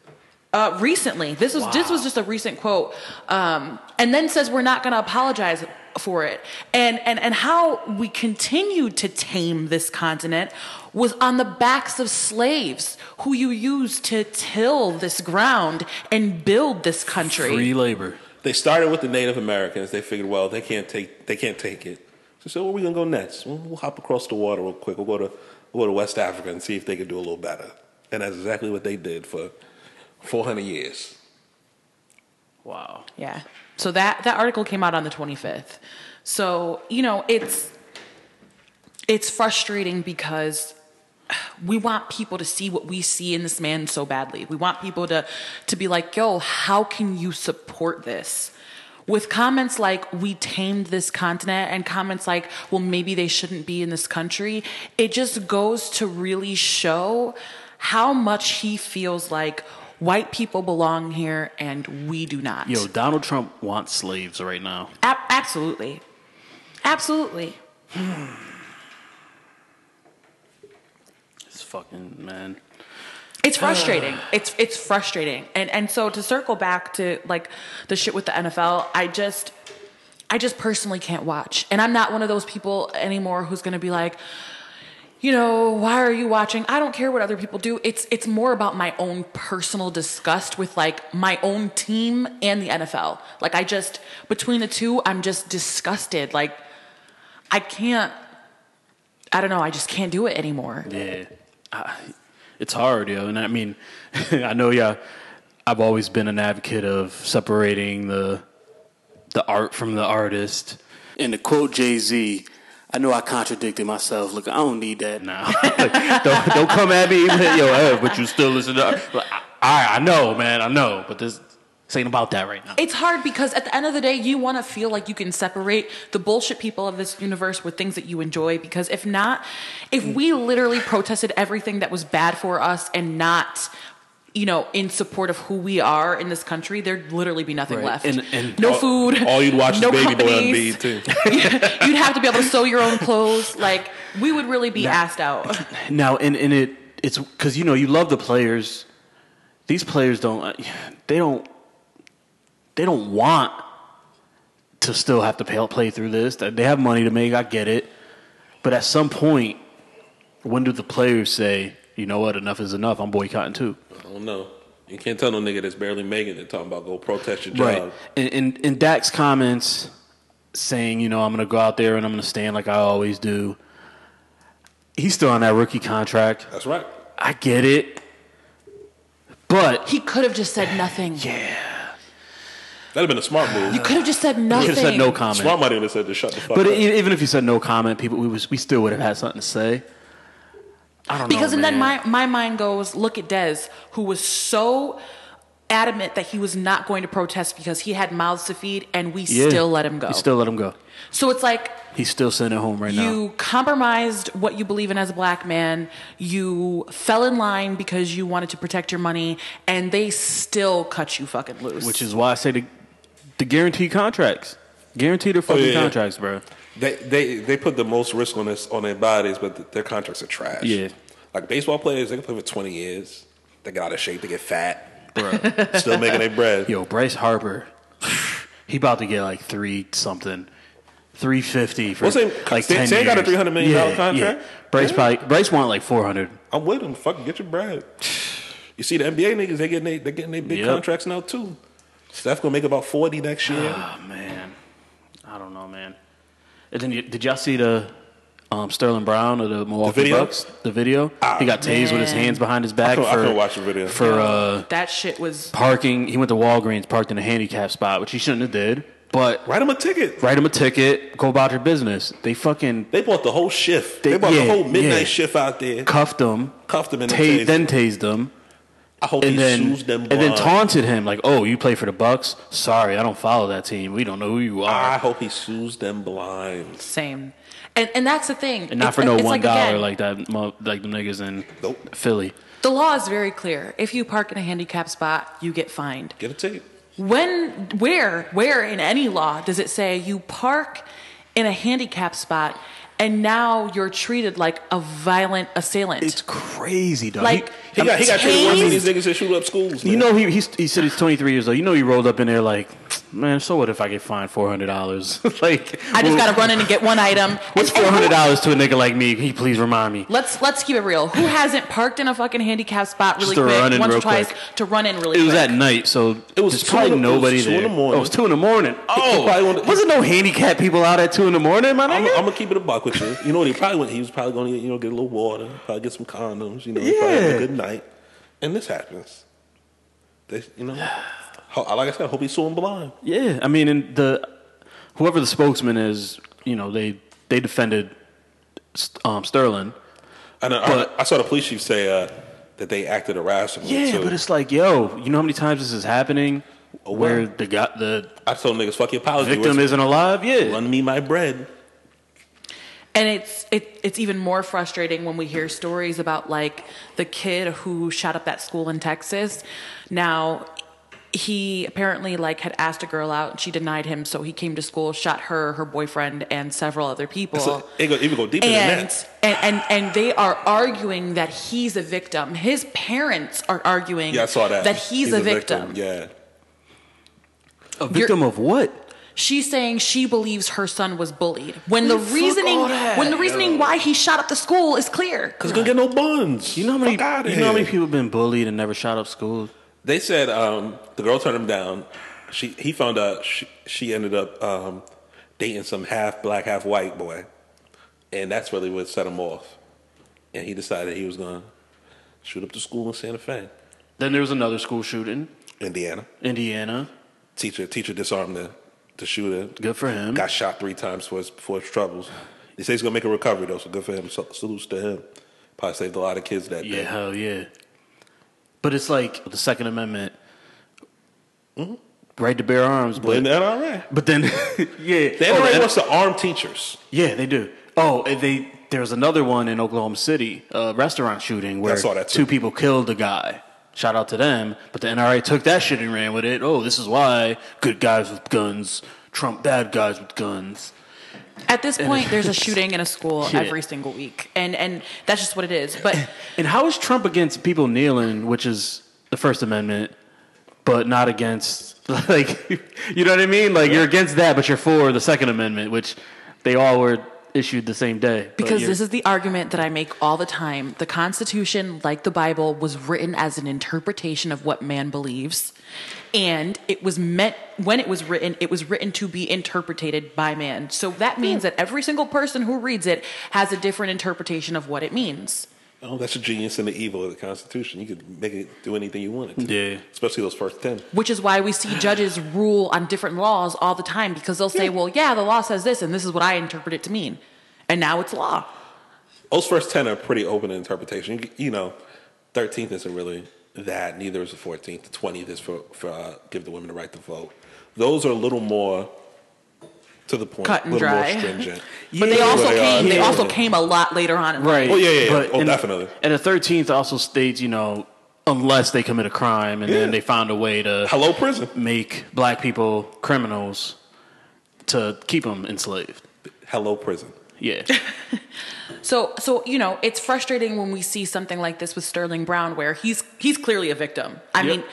S2: Uh, recently, this was this was just a recent quote, um, and then says we're not going to apologize. for it. And and and how we continued to tame this continent was on the backs of slaves who you used to till this ground and build this country.
S1: Free labor.
S3: They started with the Native Americans. They figured, well, they can't take they can't take it. So, so where we gonna go next? We'll, we'll hop across the water real quick. We'll go to we'll go to West Africa and see if they can do a little better. And that's exactly what they did for 400 years.
S1: Wow.
S2: Yeah. So that that article came out on the 25th. So, you know, it's it's frustrating because we want people to see what we see in this man so badly. We want people to to be like, "Yo, how can you support this?" With comments like "We tamed this continent" and comments like "Well, maybe they shouldn't be in this country," it just goes to really show how much he feels like white people belong here and we do not.
S1: Yo, Donald Trump wants slaves right now.
S2: Ab- absolutely. Absolutely.
S1: It's fucking man.
S2: It's frustrating. it's it's frustrating. And and so to circle back to like the shit with the NFL, I just I just personally can't watch. And I'm not one of those people anymore who's going to be like you know, why are you watching? I don't care what other people do. It's it's more about my own personal disgust with like my own team and the NFL. Like I just between the two, I'm just disgusted. Like I can't I don't know, I just can't do it anymore.
S1: Yeah, I, it's hard, yo. And I mean, I know, yeah. I've always been an advocate of separating the the art from the artist. And to quote Jay Z, I know I contradicted myself. Look, I don't need that now. Like, don't don't come at me, like, yo. eh, but you still listen to. art." Like, I I know, man. I know, but this, this ain't about that right now.
S2: It's hard because at the end of the day, you want to feel like you can separate the bullshit people of this universe with things that you enjoy. Because if not, if we literally protested everything that was bad for us and not, you know, in support of who we are in this country, there'd literally be nothing
S1: Right.
S2: left.
S1: And- and
S2: no
S1: all-
S2: food.
S3: All you'd watch
S2: no
S3: is Baby
S1: E
S2: companies.
S3: Boy on BET.
S2: You'd have to be able to sew your own clothes. Like we would really be asked out.
S1: Now, and, and it it's because you know you love the players. These players don't. uh, They don't. They don't want to still have to pay, play through this. They have money to make. I get it, but at some point, when do the players say, "You know what? Enough is enough. I'm boycotting too."
S3: I don't know. You can't tell no nigga that's barely making it talking about go protest your job.
S1: Right. And, and, and Dak's comments saying, you know, I'm going to go out there and I'm going to stand like I always do. He's still on that rookie contract.
S3: That's right.
S1: I get it, but
S2: He could have just said nothing.
S3: That'd have been a smart move.
S2: You could have just said
S1: he
S2: nothing.
S1: could have said no comment.
S3: Smart money would have said to shut the fuck
S1: But
S3: up.
S1: e even if you said no comment, people we was, we still would have had something to say. I don't
S2: Because
S1: know.
S2: and then
S1: man.
S2: my, my mind goes, look at Dez, who was so adamant that he was not going to protest because he had mouths to feed and we
S1: Yeah.
S2: still let him go.
S1: He still let him go.
S2: so it's like
S1: He's still sitting at home right now.
S2: you compromised what you believe in as a black man, you fell in line because you wanted to protect your money, and they still cut you fucking loose.
S1: Which is why I say the the guaranteed contracts. Guarantee their fucking
S3: Oh, yeah, yeah.
S1: contracts, bro.
S3: They they they put the most risk on this on their bodies, but th- their contracts are trash.
S1: Yeah.
S3: like baseball players, they can play for twenty years. They get out of shape, they get fat,
S1: Bro.
S3: still making their bread.
S1: Yo, Bryce Harper, he about to get like three something, three fifty for
S3: What's his name?
S1: like
S3: Stan-
S1: ten
S3: Stan
S1: years.
S3: got a $300 million contract?
S1: Bryce
S3: Yeah.
S1: probably Bryce want like four hundred.
S3: I'm with them. Fucking get your bread. You see, the NBA niggas, they getting they, they getting their big
S1: Yep.
S3: contracts now too. Steph gonna make about forty next year.
S1: Oh man, I don't know, man. And then you, did y'all see the um, Sterling Brown of the Milwaukee
S3: video? Ah,
S1: Bucks? The video. he got tased with his
S2: man.
S1: hands behind his back
S3: I couldn't- I
S1: for
S3: couldn't watch the video.
S1: for uh,
S2: that shit was
S1: parking. He went to Walgreens, parked in a handicap spot, which he shouldn't have did. But
S3: Write them a ticket.
S1: write him a ticket, go about your business. They fucking
S3: They bought the whole shift. They,
S1: They-
S3: bought
S1: yeah,
S3: the whole midnight
S1: yeah.
S3: shift out there.
S1: cuffed him,
S3: Cuffed him in the
S1: ta-
S3: face.
S1: then tased him.
S3: I hope
S1: and
S3: he
S1: then
S3: sues them.
S1: and then
S3: blind.
S1: taunted him like, "Oh, you play for the Bucks? Sorry, I don't follow that team. We don't know who you
S3: I
S1: are."
S3: hope he sues them blind.
S2: same. And and that's the thing.
S1: and not for no
S2: it's
S1: one
S2: like,
S1: dollar
S2: again,
S1: like, that, mo- like the niggas in
S3: Nope.
S1: Philly.
S2: The law is very clear. If you park in a handicap spot, you get fined.
S3: Get a ticket.
S2: When, where, where in any law does it say you park in a handicap spot and now you're treated like a violent assailant?
S1: It's crazy, dog.
S2: Like-
S3: He got he got treated worse than
S2: Tased?
S3: these niggas that shoot up schools.
S1: you
S3: man.
S1: know, he, he he said he's twenty three years old. You know, he rolled up in there like, man, so what if I get fined four hundred dollars? like,
S2: I just gotta run in and get one item.
S1: What's
S2: And-
S1: four
S2: and who-
S1: hundred dollars to a nigga like me? Can you please remind me?
S2: Let's let's keep it real. Who hasn't parked in a fucking handicap spot
S1: Just
S2: really
S1: to
S2: quick
S1: run in
S2: once or
S1: real
S2: twice
S1: quick.
S2: to run in really
S1: It was
S2: quick?
S1: at night, so it was
S3: two
S1: probably
S3: in the- it was
S1: nobody
S3: two
S1: there.
S3: in the morning.
S1: Oh, it was two in the morning.
S3: He probably
S1: Oh,
S3: wanted-
S1: wasn't no handicapped people out at two in the morning, my
S3: I'm,
S1: nigga.
S3: I'm gonna keep it a buck with you. You know what? He probably went. He was probably gonna you know get a little water, probably get some condoms. You know, he probably had
S1: Yeah.
S3: a good night. And this happens. They, you know, ho- like I said, I hope he's suing blind.
S1: yeah, I mean, and the whoever the spokesman is, you know, they they defended um, Sterling.
S3: And I,
S1: But-
S3: I, I saw the police chief say uh, that they acted irrationally.
S1: Yeah,
S3: too.
S1: but it's like, yo, you know how many times this is happening? Where the guy, the
S3: I told niggas, fuck your apology.
S1: victim
S3: Where's-
S1: isn't alive. Yeah,
S3: run me my bread.
S2: And it's it, it's even more frustrating when we hear stories about like the kid who shot up that school in Texas. Now he apparently like had asked a girl out and she denied him, so he came to school, shot her, her boyfriend, and several other people.
S3: So it, go, it would go deeper than
S2: and,
S3: that.
S2: and and and they are arguing that he's a victim. His parents are arguing
S3: Yeah, I saw that.
S2: he's, a, victim.
S3: Yeah.
S1: a victim of what?
S2: She's saying she believes her son was bullied when the
S1: fuck
S2: reasoning
S1: all that,
S2: when the reasoning why he shot up the school is clear.
S3: Because gonna get no buns.
S1: You know how many?
S3: Fuck outta
S1: You know how many
S3: here.
S1: people been bullied and never shot up schools?
S3: They said um, the girl turned him down. She he found out she, she ended up um, dating some half black, half white boy, and that's really what set him off. And he decided he was gonna shoot up the school in Santa Fe,
S1: Then there was another school shooting,
S3: Indiana.
S1: Indiana.
S3: Teacher teacher disarmed the the shooter.
S1: Good for him.
S3: Got shot three times for his for his troubles. They say he's gonna make a recovery though, so good for him. So, salutes to him. Probably saved a lot of kids that
S1: Yeah,
S3: day.
S1: hell yeah. But it's like the Second Amendment, right to bear arms.
S3: But in
S1: Mm-hmm. But
S3: the NRA,
S1: but then, yeah,
S3: the
S1: oh,
S3: NRA
S1: the-
S3: wants to arm teachers.
S1: yeah, they do. Oh, and they there was another one in Oklahoma City, a restaurant shooting where
S3: saw that, too.
S1: two people killed a guy. Shout out to them. But the NRA took that shit and ran with it. Oh, this is why good guys with guns trump bad guys with guns.
S2: At this point, there's a shooting in a school
S1: Yeah.
S2: every single week, and and that's just what it is. But
S1: And how is Trump against people kneeling, which is the First Amendment, but not against like you know what I mean? Like you're against that, but you're for the Second Amendment, which they all were issued the same day. But
S2: because
S1: you're-
S2: this is the argument that I make all the time, the Constitution, like the Bible, was written as an interpretation of what man believes, and it was meant when it was written, it was written to be interpreted by man. So that means that every single person who reads it has a different interpretation of what it means.
S3: Oh, that's the genius and the evil of the Constitution. You could make it do anything you wanted to.
S1: Yeah.
S3: Especially those first 10.
S2: which is why we see judges rule on different laws all the time because they'll say, well, yeah, the law says this, and this is what I interpret it to mean. And now it's law.
S3: Those first 10 are pretty open to interpretation. You, you know, 13th isn't really that. Neither is the 14th. The 20th is for, for uh, give the women the right to vote. Those are a little more to the point,
S2: Cut and
S3: a little
S2: dry.
S3: more stringent.
S1: But
S2: They
S3: Yeah.
S2: also
S3: They are.
S2: came. They
S3: Yeah.
S2: also came a lot later on. In life.
S1: right.
S3: Oh, yeah, yeah, yeah. Oh,
S1: and the-
S3: definitely.
S1: and the thirteenth also states, you know, unless they commit a crime, and then
S3: Yeah.
S1: they found a way to
S3: Hello, prison.
S1: make black people criminals to keep them enslaved.
S3: Hello, prison.
S1: Yeah.
S2: So, so you know, it's frustrating when we see something like this with Sterling Brown, where he's he's clearly a victim. I
S1: Yep.
S2: mean,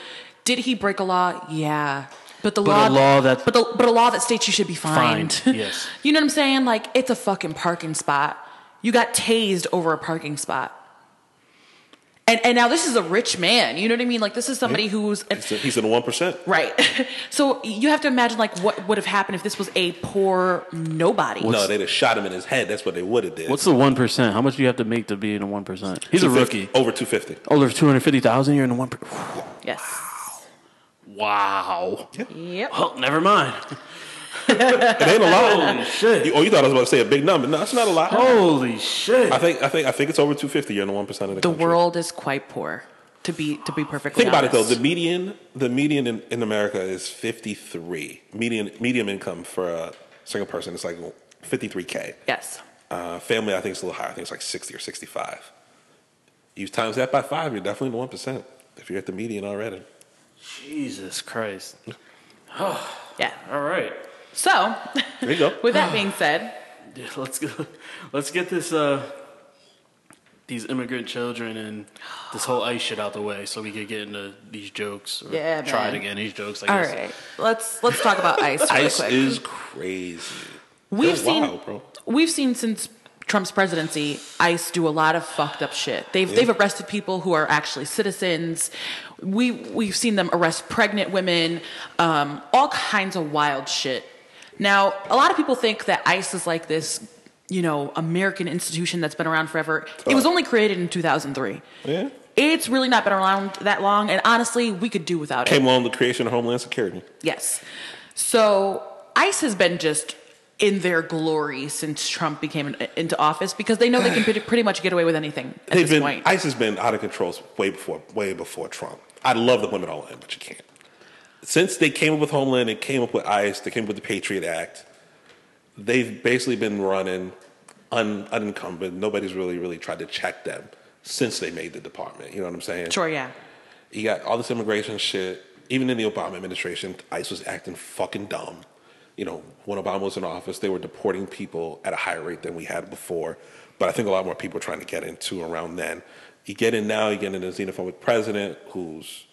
S2: did he break a law? Yeah, but the
S1: But a
S2: law,
S1: law that-
S2: but the, but a law that states you should be fined.
S1: Fined, yes.
S2: you know what I'm saying? Like, it's a fucking parking spot. You got tased over a parking spot. And, and now this is a rich man. You know what I mean? Like this is somebody who's
S3: He's in- he's in the 1%.
S2: right. so you have to imagine like what would have happened if this was a poor nobody.
S3: no, they'd have shot him in his head. That's what they would have did.
S1: What's the one percent? How much do you have to make to be in the one percent? He's a
S3: 250
S1: rookie.
S3: Over 250.
S1: Oh, there's two hundred fifty thousand. You're in the one. percent.
S2: Yes.
S1: Wow.
S2: Yep.
S1: Well, never mind.
S3: It ain't a lot.
S1: Holy shit.
S3: You- oh, you thought I was about to say a big number. No, it's not a lot.
S1: Holy shit.
S3: I think I think I think it's over 250. You're in the one percent of the,
S2: the
S3: country.
S2: world is quite poor to be to be perfectly
S3: Think about it though.
S2: honest.
S3: The median the median in, in America is 53. Median medium income for a single person is like 53k.
S2: yes
S3: Uh, family, I think it's a little higher. I think it's like 60 or 65. You times that by five, you're definitely in the one percent. If you're at the median already,
S1: Jesus Christ.
S2: yeah
S1: All right.
S2: so
S3: there you go.
S2: with that being said
S1: Yeah, Let's go. Let's get this uh, these immigrant children and this whole ice shit out the way so we could get into these jokes or
S2: Yeah,
S1: try
S2: man.
S1: to get in these jokes. I
S2: All
S1: guess.
S2: right, let's let's talk about ice. Really
S3: Ice
S2: quick.
S3: is crazy.
S2: We've
S3: They're
S2: seen
S3: wild, bro.
S2: we've seen since Trump's presidency, ICE do a lot of fucked up shit. They've they've arrested people who are actually citizens. We we've seen them arrest pregnant women, um, all kinds of wild shit. Now, a lot of people think that ICE is like this, you know, American institution that's been around forever. It was
S3: Oh.
S2: only created in 2003.
S3: Yeah.
S2: It's really not been around that long, and honestly, we could do without it.
S3: Came on the creation of Homeland Security.
S2: Yes. So ICE has been just in their glory since Trump became in- into office because they know they can pretty- pretty much get away with anything at
S3: They've
S2: this
S3: been
S2: point.
S3: ICE has been out of control way before way before Trump. I love the women all in, but you can't. Since they came up with Homeland, they came up with ICE, they came up with the Patriot Act. They've basically been running un, unencumbered. Nobody's really really tried to check them since they made the department. You know what I'm saying?
S2: sure, yeah.
S3: You got all this immigration shit. Even in the Obama administration, ICE was acting fucking dumb. You know, when Obama was in office, they were deporting people at a higher rate than we had before. But I think a lot more people are trying to get into around then. You get in now, you get in a xenophobic president who's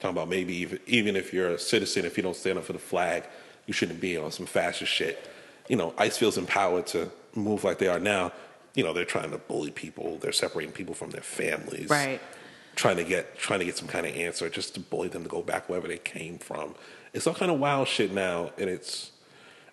S3: talking about maybe even, even if you're a citizen, if you don't stand up for the flag, you shouldn't be on some fascist shit. You know, ICE feels empowered to move like they are now. You know, they're trying to bully people, they're separating people from their families
S2: Right.
S3: trying to get trying to get some kind of answer just to bully them to go back wherever they came from. It's all kind of wild shit now, and it's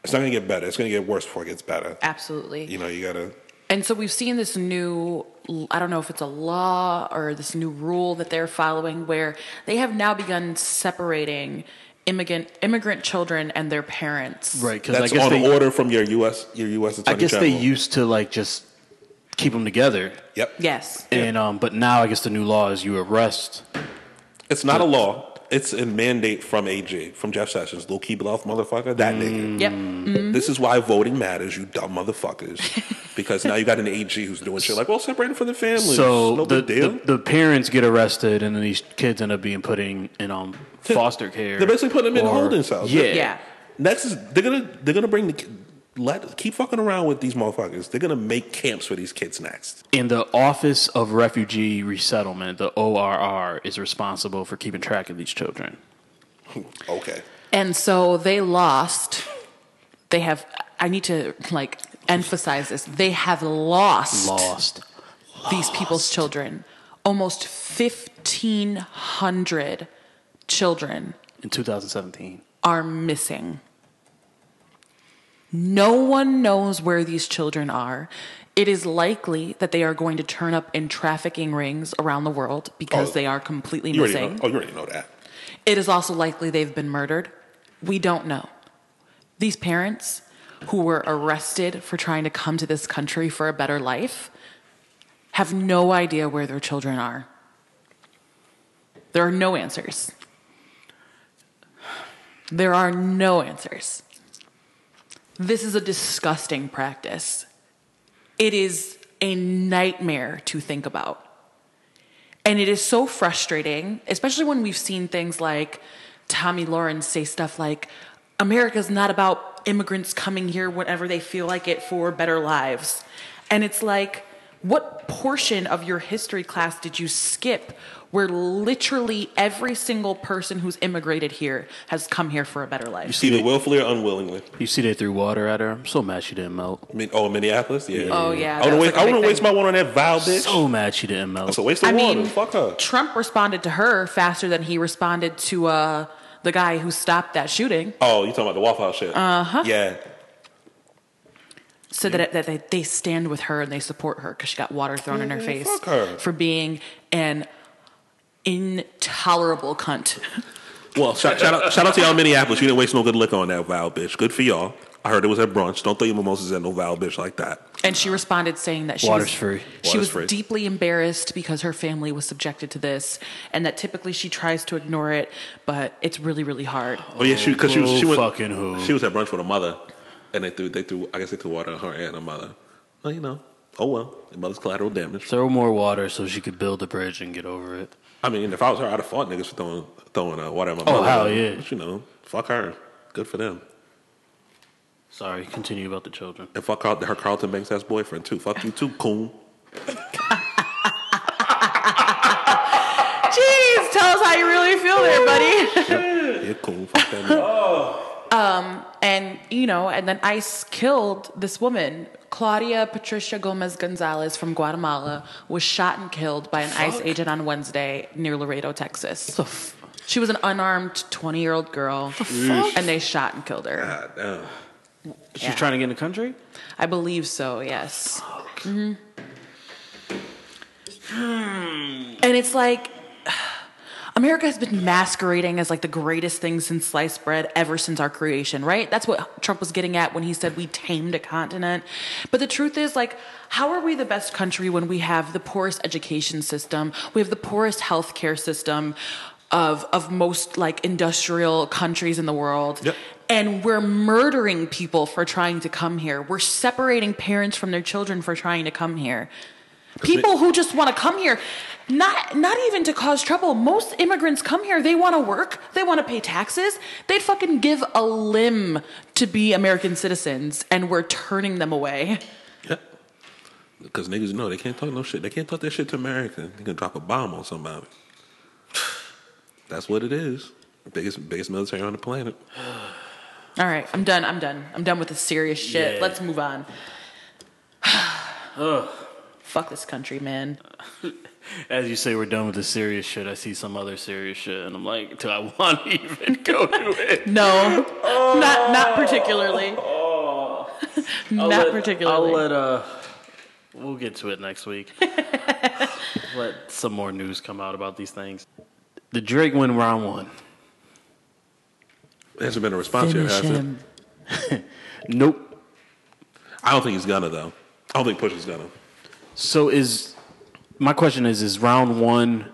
S3: it's not gonna get better. It's gonna get worse before it gets better.
S2: Absolutely.
S3: You know, you gotta
S2: And so we've seen this new, I don't know if it's a law or this new rule that they're following where they have now begun separating immigrant, immigrant children and their parents.
S1: Right, because I
S3: that's
S1: guess
S3: on
S1: they,
S3: order from your U.S. your U.S.
S1: I
S3: Attorney
S1: guess they
S3: General.
S1: used to like just keep them together,
S3: Yep.
S2: Yes.
S1: and um, but now I guess the new law is you arrest.
S3: It's not a law. It's a mandate from AJ, from Jeff Sessions, Lil Key Bluff, motherfucker, that nigga.
S2: Yep. Mm,
S1: Mm-hmm.
S3: This is why voting matters, you dumb motherfuckers. because now you got an AG who's doing shit like, well, separate it from the family.
S1: So
S3: no
S1: the,
S3: big deal.
S1: the the parents get arrested, and then these kids end up being put in, in um, foster care.
S3: They're basically putting them in
S1: or-
S3: holding cells.
S1: Yeah,
S2: Yeah.
S3: Next is they're gonna they're gonna bring the ki- let keep fucking around with these motherfuckers. They're gonna make camps for these kids next.
S1: And the Office of Refugee Resettlement, the ORR, is responsible for keeping track of these children.
S3: Okay,
S2: And so they lost. They have. I need to like emphasize this. They have lost,
S1: Lost.
S2: these people's children. Almost fifteen hundred children
S1: In 2017.
S2: are missing. No one knows where these children are. It is likely that they are going to turn up in trafficking rings around the world because
S3: Oh,
S2: they are completely
S3: you already know.
S2: missing.
S3: Oh, you already know that.
S2: It is also likely they've been murdered. We don't know. These parents who were arrested for trying to come to this country for a better life have no idea where their children are. There are no answers. There are no answers. This is a disgusting practice. It is a nightmare to think about. And it is so frustrating, especially when we've seen things like Tommy Lawrence say stuff like, America's not about immigrants coming here whenever they feel like it for better lives. And it's like, what portion of your history class did you skip where literally every single person who's immigrated here has come here for a better life?
S3: Either willfully or unwillingly.
S1: You see, they threw water at her. I'm so mad she didn't melt.
S3: I mean, oh, in Minneapolis, yeah.
S2: Oh, yeah,
S3: I
S2: that
S3: wouldn't
S2: was
S3: waste,
S2: like a
S3: I wouldn't
S2: big
S3: waste my one on that vile bitch.
S1: So mad she didn't melt.
S3: That's a waste of
S2: I
S3: water.
S2: mean,
S3: Fuck her.
S2: Trump responded to her faster than he responded to uh, the guy who stopped that shooting.
S3: Oh, you talking about the Waffle House shit? Uh
S2: Uh-huh.
S3: huh. Yeah.
S2: so that, that they, they stand with her and they support her because she got water thrown in her
S3: Mhm,
S2: face
S3: fuck her.
S2: for being an intolerable cunt.
S3: Well, shout, shout out, shout out to y'all in Minneapolis. You didn't waste no good liquor on that vile bitch. Good for y'all. I heard it was at brunch. Don't throw your mimosas at no vile bitch like that.
S2: And she responded saying that she
S1: Water's
S2: was,
S1: free.
S2: She
S3: Water's
S2: was
S3: free.
S2: deeply embarrassed because her family was subjected to this, and that typically she tries to ignore it, but it's really really hard.
S3: Oh yeah, she because she was
S1: Oh,
S3: she went,
S1: fucking who.
S3: she was at brunch with her mother, and they threw they threw I guess they threw water on her and her mother. Well, you know, oh well, the mother's collateral damage.
S1: Throw more water so she could build a bridge and get over it.
S3: I mean, if I was her, I'd have fought niggas for throwing throwing uh, water at my
S1: Oh,
S3: mother.
S1: hell yeah.
S3: But, you know, fuck her, good for them,
S1: Sorry, continue about the children.
S3: and fuck her, her Carlton Banks ass boyfriend too. Fuck you too, coon.
S2: still there, buddy.
S3: Yeah, cool. Fuck that nigga.
S2: And you know, and then ICE killed this woman, Claudia Patricia Gomez Gonzalez from Guatemala, was shot and killed by an ICE agent on Wednesday near Laredo, Texas. She was an unarmed 20 year old girl, and they shot and killed her.
S3: God damn.
S1: She's trying to get in the country?
S2: I believe so, yes. Mhm. And it's like, America has been masquerading as like the greatest thing since sliced bread ever since our creation, right? That's what Trump was getting at when he said we tamed a continent. But the truth is, like, how are we the best country when we have the poorest education system? We have the poorest healthcare system of of most like industrial countries in the world.
S3: Yep.
S2: And we're murdering people for trying to come here. We're separating parents from their children for trying to come here people who just want to come here not not even to cause trouble most immigrants come here they want to work they want to pay taxes they'd fucking give a limb to be american citizens and we're turning them away
S3: Yep. Because niggas know they can't talk no shit. They can't talk that shit to America. They can drop a bomb on somebody. That's what it is. Biggest biggest military on the planet.
S2: all right i'm done i'm done i'm done with this serious shit
S1: Yeah.
S2: let's move on fuck this country man
S1: As you say, we're done with the serious shit. I see some other serious shit, and I'm like, do I want to even go to it?
S2: no not not particularly not
S1: Oh. I'll let-
S2: particularly
S1: I'll let uh, we'll get to it next week. let some more news come out about these things. The Drake win round one.
S3: There hasn't been a response yet, has it?
S1: Nope.
S3: I don't think he's gonna though. I don't think Push is gonna.
S1: So is my question is is round one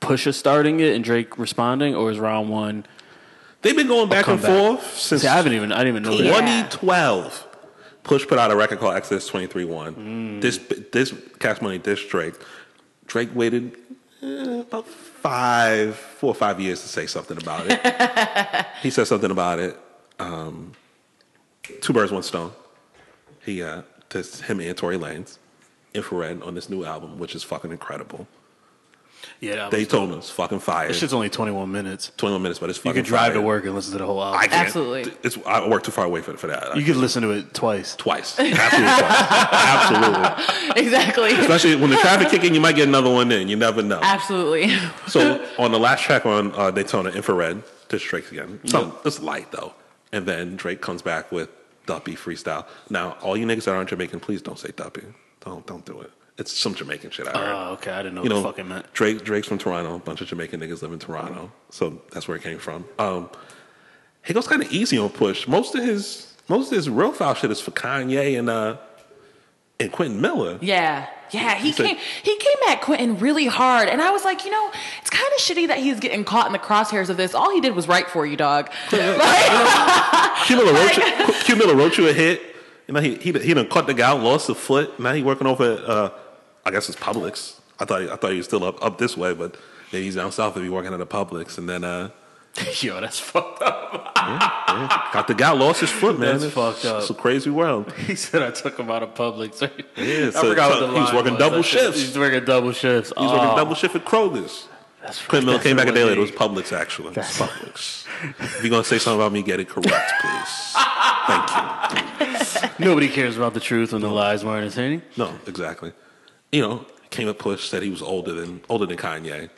S1: Pusha starting it and Drake responding, or is round one?
S3: They've been going back
S1: come
S3: and
S1: back.
S3: forth since
S1: See, I haven't even I didn't even know that.
S2: Yeah.
S3: 2012. Push put out a record called Exodus 23 1.
S1: Mm.
S3: This, this Cash Money diss Drake. Drake waited eh, about five, four or five years to say something about it. he said something about it. Um, two birds, one stone. He uh, this, him and Tory Lanez, Infrared on this new album, which is fucking incredible.
S1: Yeah, that was-
S3: Daytona's fucking fire.
S1: this shit's only 21 minutes.
S3: 21 minutes, but it's fucking
S1: You could drive
S3: fire.
S1: to work and listen to the whole album.
S3: I can't.
S2: Absolutely.
S3: It's, I work too far away for, for that.
S1: you could listen to it twice.
S3: twice. Absolutely twice. Absolutely.
S2: exactly
S3: Especially when the traffic kicking, you might get another one in. You never know.
S2: absolutely
S3: So on the last track on uh, Daytona Infrared, this Drake's again. So it's light though. And then Drake comes back with Duppy freestyle. Now, all you niggas that aren't Jamaican, please don't say Duppy. Don't don't do it. It's some Jamaican shit I heard.
S1: Oh, okay. I didn't know
S3: you
S1: what
S3: know,
S1: the fuck it meant.
S3: Drake Drake's from Toronto. A bunch of Jamaican niggas live in Toronto, so that's where it came from. Um, he goes kind of easy on Push. Most of his most of his real foul shit is for Kanye and uh and Quentin Miller.
S2: Yeah. Yeah, he
S3: So-
S2: came he came at Quentin really hard and I was like, you know, it's kind of shitty that he's getting caught in the crosshairs of this. All he did was write for you, dog. Like,
S3: Q Miller wrote you, Q Miller wrote you a hit. You know he he he done cut the guy, out, lost a foot. Now he working over at uh, I guess it's Publix. I thought I thought he was still up up this way, but maybe he's down south if he working at a Publix. And then uh,
S1: Yo, that's fucked up.
S3: got the guy lost his foot, man.
S1: That's
S3: It's-
S1: fucked up.
S3: It's a crazy world.
S1: He said I took him out of Publix.
S3: Yeah,
S1: I
S3: so-
S1: forgot what
S3: so
S1: the
S3: he was
S1: line
S3: working double
S1: That's it.
S3: shifts.
S1: He's working double shifts. Oh,
S3: He's working double shift at Kroger's.
S1: That's
S3: Clint Miller
S1: that's
S3: came back a
S1: what
S3: day later. It
S1: they-
S3: was Publix, actually. Publix. if you're gonna say something about me, get it correct, please. Thank you.
S1: Nobody cares about the truth when the lies weren't entertaining.
S3: No, exactly. You know, came at Push said he was older than older than Kanye.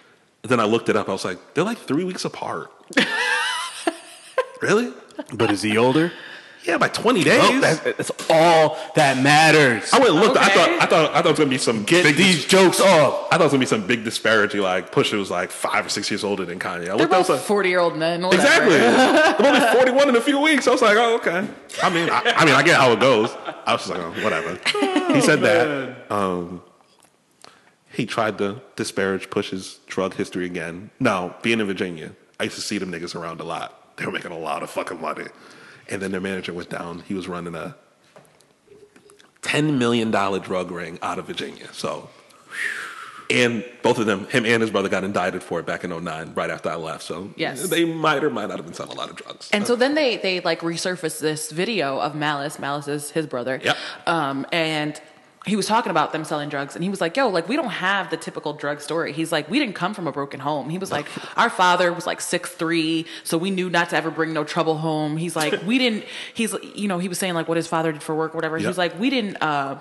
S3: Then I looked it up. I was like, they're like three weeks apart. really?
S1: But is he older?
S3: Yeah, by twenty days.
S1: Oh, that's, that's all that matters.
S3: I went and looked. I thought
S2: Okay.
S3: I thought I thought it was gonna be some
S1: Get
S3: big.
S1: these jokes off.
S3: I thought it was gonna be some big disparity. Like Push was like five or six years older than Kanye.
S2: they're
S3: I looked. I was
S2: both
S3: like,
S2: 40 year old men. Whatever.
S3: Exactly. I'm only 41 in a few weeks. I was like, oh, okay. I mean, I, I mean, I get how it goes. I was just like, oh, whatever. He said that. Um, he tried to disparage Push's drug history again. Now, being in Virginia, I used to see them niggas around a lot. They were making a lot of fucking money. And then their manager went down. He was running a $10 million drug ring out of Virginia. So and both of them, him and his brother, got indicted for it back in 09, right after I left. So
S2: Yes.
S3: they might or might not have been selling a lot of drugs.
S2: And so then they they like resurfaced this video of Malice. Malice is his brother.
S3: Yep.
S2: Um, and he was talking about them selling drugs and he was like yo like we don't have the typical drug story he's like we didn't come from a broken home he was like our father was like six three so we knew not to ever bring no trouble home he's like we didn't he's you know he was saying like what his father did for work or whatever he
S3: Yep.
S2: was like we didn't uh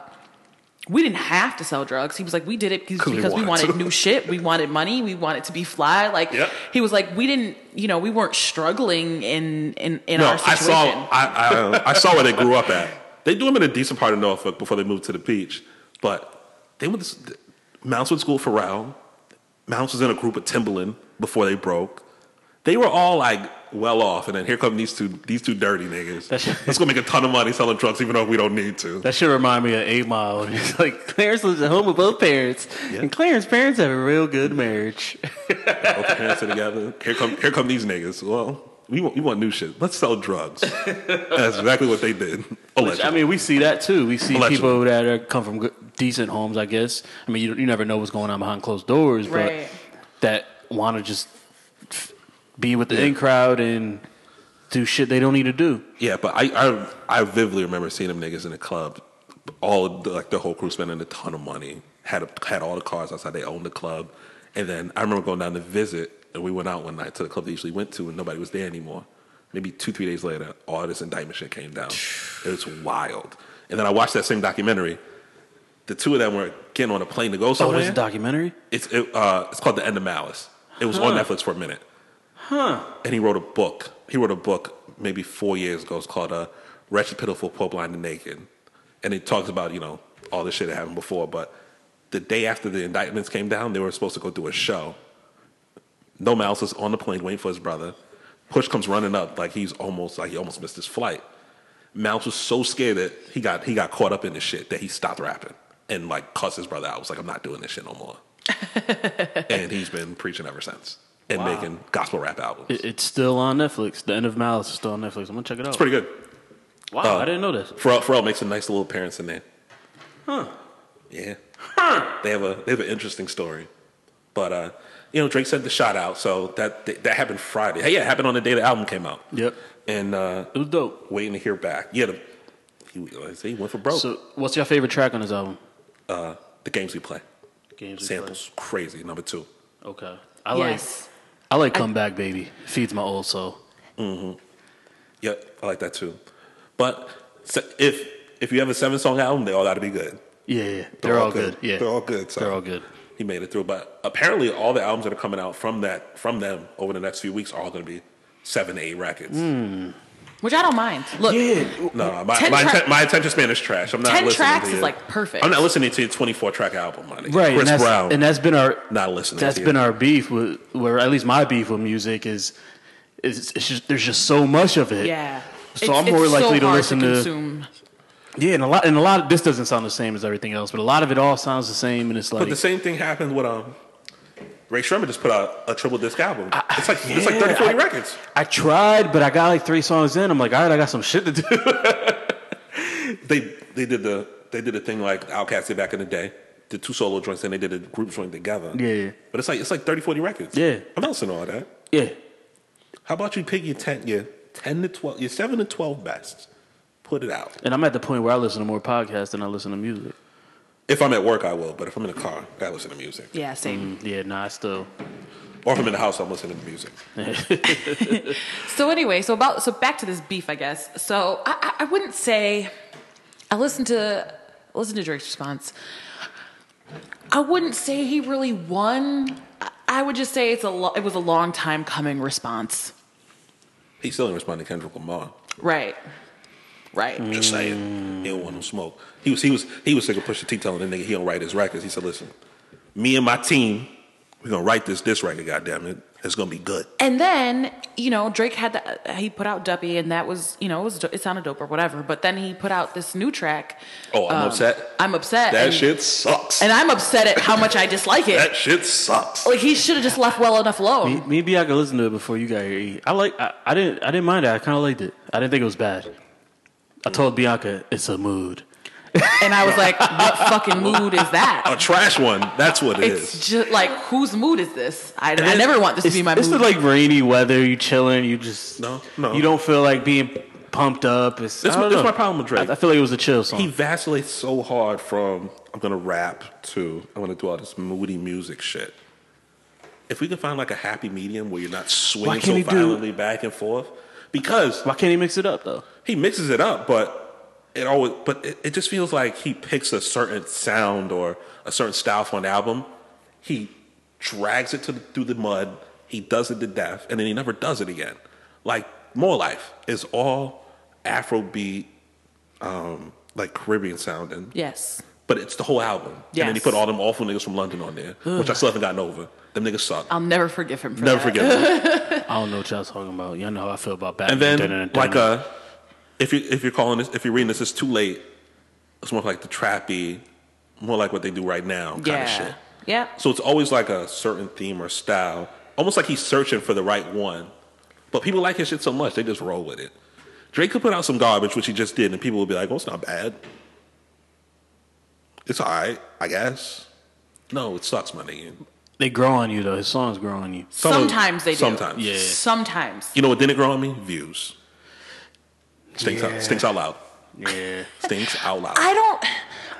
S2: we didn't have to sell drugs. He was like, we did it because,
S3: we
S2: because we
S3: wanted
S2: wanted
S3: to.
S2: new shit. We wanted money. We wanted to be fly. Like
S3: Yep.
S2: he was like, we didn't, you know, we weren't struggling in in in
S3: No,
S2: our
S3: I
S2: situation.
S3: saw I, uh, I I saw where they grew up at. They do them in a decent part of Norfolk before they moved to the beach. But they went to Mounts went to school for Rao. Mounts was in a group with Timberland before they broke. They were all like well off, and then here come these two these two dirty niggas.
S1: That's-
S3: Let's go make a ton of money selling drugs, even though we don't need to.
S1: That should remind me of Eight Mile. When he's like, Clarence lives at home with both parents, and Clarence's parents have a real good marriage.
S3: Both the parents are together. Here come here come these niggas. Well, we want, we want new shit. Let's sell drugs. That's exactly what they did.
S1: Which,
S3: Allegedly.
S1: I mean, we see that too. We see
S3: Allegedly.
S1: people that are, come from good, decent homes, I guess. I mean, you, you never know what's going on behind closed doors, but
S2: Right.
S1: that want to just be with the in crowd and do shit they don't need to do.
S3: Yeah, but I, I I vividly remember seeing them niggas in the club, all of the, like the whole crew spending a ton of money, had a, had all the cars outside. They owned the club, and then I remember going down to visit, and we went out one night to the club they usually went to, and nobody was there anymore. Maybe two three days later, all this indictment shit came down. It was wild. And then I watched that same documentary. The two of them were getting on a plane to go
S1: Oh,
S3: somewhere.
S1: there's a documentary.
S3: It's it, uh, it's called The End of Malice. It was on
S1: Huh.
S3: Netflix for a minute. Huh. And he wrote a book. He wrote a book maybe four years ago. It's called uh, "Wretched, Pitiful, Poor, Blind, and Naked," and it talks about you know all the shit that happened before. But the day after the indictments came down, they were supposed to go do a show. No Malice is on the plane waiting for his brother. Push comes running up like he's almost like he almost missed his flight. Mouse was so scared that he got he got caught up in this shit that he stopped rapping and like cussed his brother out. Was like, I'm not doing this shit no more. and he's been preaching ever since and making gospel rap albums.
S1: It, it's still on Netflix. The End of Malice is still on Netflix. I'm gonna check it out.
S3: it's pretty good.
S1: wow,
S3: uh,
S1: I didn't know this.
S3: Pharrell, Pharrell makes a nice little appearance in there. Huh? Yeah. They have a they have an interesting story, but uh, you know Drake sent the shot out, so that that happened Friday. Hey, yeah, it happened on the day the album came out.
S1: Yep,
S3: And uh,
S1: it was dope.
S3: waiting to hear back. Yeah, the, he, like I say, he went for
S2: Oh.
S3: broke.
S1: So, what's your favorite track on his album?
S3: uh, the games we play.
S1: Games we play.
S3: Samples, crazy. Number two.
S1: Okay, I
S2: yes.
S1: like I like Come Back Baby. Feeds my old soul.
S3: Yep, I like that too. But se- if if you have a seven song album, they all got to be good.
S1: Yeah, yeah, yeah. they're, all good. Yeah,
S3: they're all good. So
S1: They're all good.
S3: He made it through, but apparently all the albums that are coming out from that from them over the next few weeks are all going to be seven, eight records.
S1: Mm.
S2: Which I don't mind. Look,
S3: No, no, my,
S2: Ten
S3: my,
S2: tra-
S3: atten- my attention span is trash. I'm not
S2: Ten
S3: listening
S2: tracks
S3: to
S2: is,
S3: you.
S2: like, perfect.
S3: I'm not listening to your 24 track album, my nigga.
S1: Right,
S3: Chris
S1: and that's,
S3: Brown.
S1: and that's been our
S3: Not listening
S1: That's
S3: to you.
S1: been our beef with, or at least my beef with music is, is it's just, there's just so much of it.
S2: yeah.
S1: So I'm more likely to
S2: hard
S1: listen to-
S2: consume.
S1: yeah, and a lot, and a lot of this doesn't sound the same as everything else, but a lot of it all sounds the same, and it's like
S3: But the same thing happened with um, Ray Sherman just put out a triple disc album. it's like it's like
S1: yeah,
S3: 30,
S1: I-
S3: 40 records.
S1: I tried, but I got like three songs in. I'm like, all right, I got some shit to do.
S3: They they did the they did a thing like Outkast did back in the day. Did two solo joints and they did a group joint together.
S1: Yeah, yeah.
S3: But it's like it's like 30, 40 records.
S1: Yeah.
S3: I'm not listening to all that.
S1: yeah,
S3: How about you pick your ten your ten to twelve your seven to twelve best. Put it out.
S1: and I'm at the point where I listen to more podcasts than I listen to music.
S3: If I'm at work I will, but if I'm in the car, I listen to music.
S2: Yeah, same.
S1: Yeah, nah, I still
S3: Or if I'm in the house, I'm listening to music.
S2: So anyway, so about so back to this beef, I guess. So I, I, I wouldn't say I listened to listen to Drake's response. I wouldn't say he really won. I, I would just say it's a lo- it was a long time coming response.
S3: He still didn't respond to Kendrick Lamar.
S2: Right. Right.
S3: Just saying, he don't want no smoke. He was he was he was sick of Pusha T telling the nigga he don't write his records. He said, "Listen, me and my team, we gonna write this this record. Goddamn it, it's gonna be good."
S2: And then you know Drake had the, he put out Duppy, and that was you know it, was, do- it sounded dope or whatever. But then he put out this new track.
S3: Oh, I'm
S2: um,
S3: upset.
S2: I'm upset.
S3: That
S2: and,
S3: shit sucks.
S2: And Oh. I'm upset at how much I dislike it.
S3: that shit sucks.
S2: Like he should have just left well enough alone.
S1: M- Maybe I could listen to it before you got here. E. I like. I, I didn't. I didn't mind it. I kind of liked it. I didn't think it was bad. I told Bianca it's a mood.
S2: And I was like, what fucking mood is
S3: A
S2: that?
S3: trash one. That's what it is.
S2: It's just like whose mood is this? I, I
S1: It-
S2: never want this to
S1: it's,
S2: be my
S1: It's
S2: mood.
S1: the, like rainy weather. You chilling. You just
S3: No, no.
S1: You don't feel like being pumped up. It's,
S3: That's
S1: I
S3: my-
S1: don't
S3: that's
S1: know.
S3: my problem with Drake.
S1: I, I feel like it was a chill song.
S3: He vacillates so hard from I'm gonna rap to I'm gonna do all this moody music shit. If we can find like a happy medium where you're not swinging
S1: can't
S3: so
S1: he do-
S3: violently back and forth, because
S1: Why can't he mix it up though?
S3: he mixes it up, but it always but it, it just feels like he picks a certain sound or a certain style for an album. He drags it to the, through the mud. He does it to death, and then he never does it again. Like More Life is all Afrobeat, um, like Caribbean sounding,
S2: Yes.
S3: but it's the whole album. And then he
S2: Yes.
S3: put all them awful niggas from London on there, which I still haven't gotten over. Them niggas suck.
S2: I'll never forgive him for
S3: never
S2: that.
S3: forget them.
S1: I don't know what y'all talking about. Y'all know how I feel about Batman.
S3: And then
S1: Dun-dun-dun-dun.
S3: like uh if you if you're calling this if you're reading this it's too late. It's more like the trappy, more like what they do right now kind
S2: Yeah.
S3: of shit.
S2: Yeah.
S3: So it's always like a certain theme or style. Almost like he's searching for the right one. But people like his shit so much they just roll with it. Drake could put out some garbage, which he just did, and people would be like, "Oh, it's not bad. It's all right, I guess." No, it sucks, my nigga.
S1: they grow on you though. His songs grow on you.
S3: Some of-
S2: Sometimes they do.
S3: Sometimes,
S1: Yeah.
S2: Sometimes.
S3: You know what didn't grow on me? Views. Stinks,
S1: Yeah.
S3: out, stinks out loud.
S1: Yeah.
S3: Stinks out loud.
S2: I don't.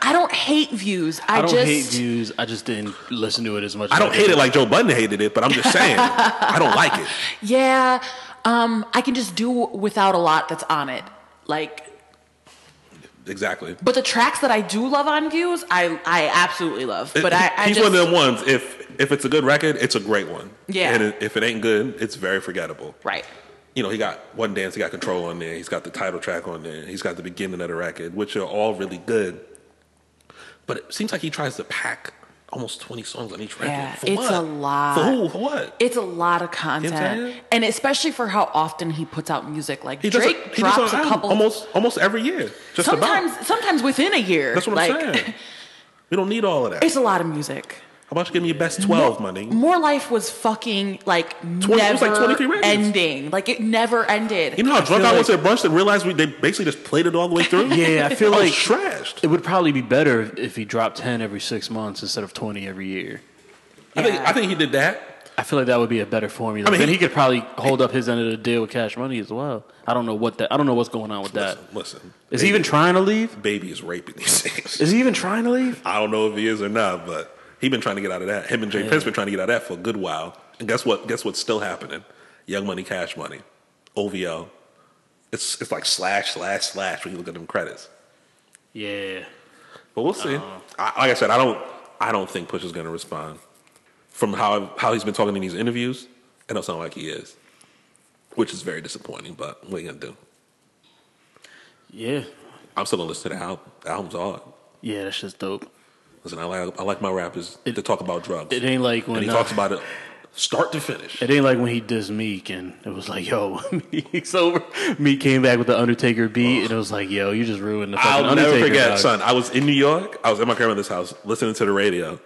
S2: I don't hate views. I,
S1: I, don't
S2: just.
S1: hate views. I just didn't listen to it as much.
S3: I
S1: as
S3: don't
S1: did.
S3: hate it like Joe Budden hated it, but I'm just saying I don't like it.
S2: Yeah. Um. I can just do without a lot that's on it. Like,
S3: Exactly.
S2: but the tracks that I do love on views, I I absolutely love. But
S3: It-
S2: I, I
S3: he's
S2: just,
S3: one of them ones. If if it's a good record, it's a great one.
S2: Yeah.
S3: And if it ain't good, it's very forgettable.
S2: Right.
S3: You know, he got one dance. He got control on there. He's got the title track on there. He's got the beginning of the record, which are all really good. But it seems like he tries to pack almost 20 songs on each record.
S2: Yeah,
S3: For
S2: it's
S3: what?
S2: a lot.
S3: For who? For what?
S2: It's a lot of
S3: know what I'm
S2: content,
S3: saying?
S2: and especially for how often he puts out music. Like
S3: He does
S2: Drake
S3: a- he does
S2: drops
S3: an
S2: a
S3: album
S2: couple
S3: almost almost every year. Just
S2: sometimes
S3: about.
S2: sometimes within a year.
S3: That's what
S2: like,
S3: I'm saying. We don't need all of that.
S2: It's a lot of music.
S3: How about you give me your best 12, money?
S2: More Life was fucking like
S3: it was like
S2: never
S3: 23 records.
S2: ending. Like it never ended.
S3: You know how drunk I,
S1: feel
S3: was at brunch and realized we, they basically just played it all the way through?
S1: Yeah, Oh, I feel
S3: I was
S1: like
S3: trashed.
S1: it would probably be better if, if he dropped ten every six months instead of twenty every year.
S3: I, think,
S2: Yeah.
S3: I think he did that.
S1: I feel like that would be a better formula.
S3: I mean,
S1: then
S3: he-
S1: he could probably hold up his end of the deal with Cash Money as well. I don't know what that. I don't know what's going on with that.
S3: Listen, listen.
S1: Is he even trying to leave?
S3: Baby is raping these things.
S1: Is he even trying to leave?
S3: I don't know if he is or not, but he been trying to get out of that. Him and Jay Prince been trying to get out of that for a good while. And guess what? Guess what's still happening? Young Money, Cash Money, OVO. It's, it's like slash, slash, slash when you look at them credits.
S1: Yeah.
S3: But we'll see. Uh, I, like I said, I don't. I don't think Push is going to respond. From how how he's been talking in these interviews, it don't sound like he is, which is very disappointing. But what are you gonna do?
S1: Yeah.
S3: I'm still gonna listen to the album. The album's hard.
S1: Yeah, that's just dope.
S3: Listen, I like I like my rappers to talk about drugs.
S1: It ain't like
S3: and
S1: when
S3: he
S1: uh,
S3: talks about it start to finish.
S1: It ain't like when he dissed Meek and it was like, yo, Meek's over. Meek came back with the Undertaker beat and it was like, yo, you just ruined the fucking
S3: I'll
S1: Undertaker.
S3: never forget,
S1: dog.
S3: son. I was in New York. I was at my grandmother's house listening to the radio.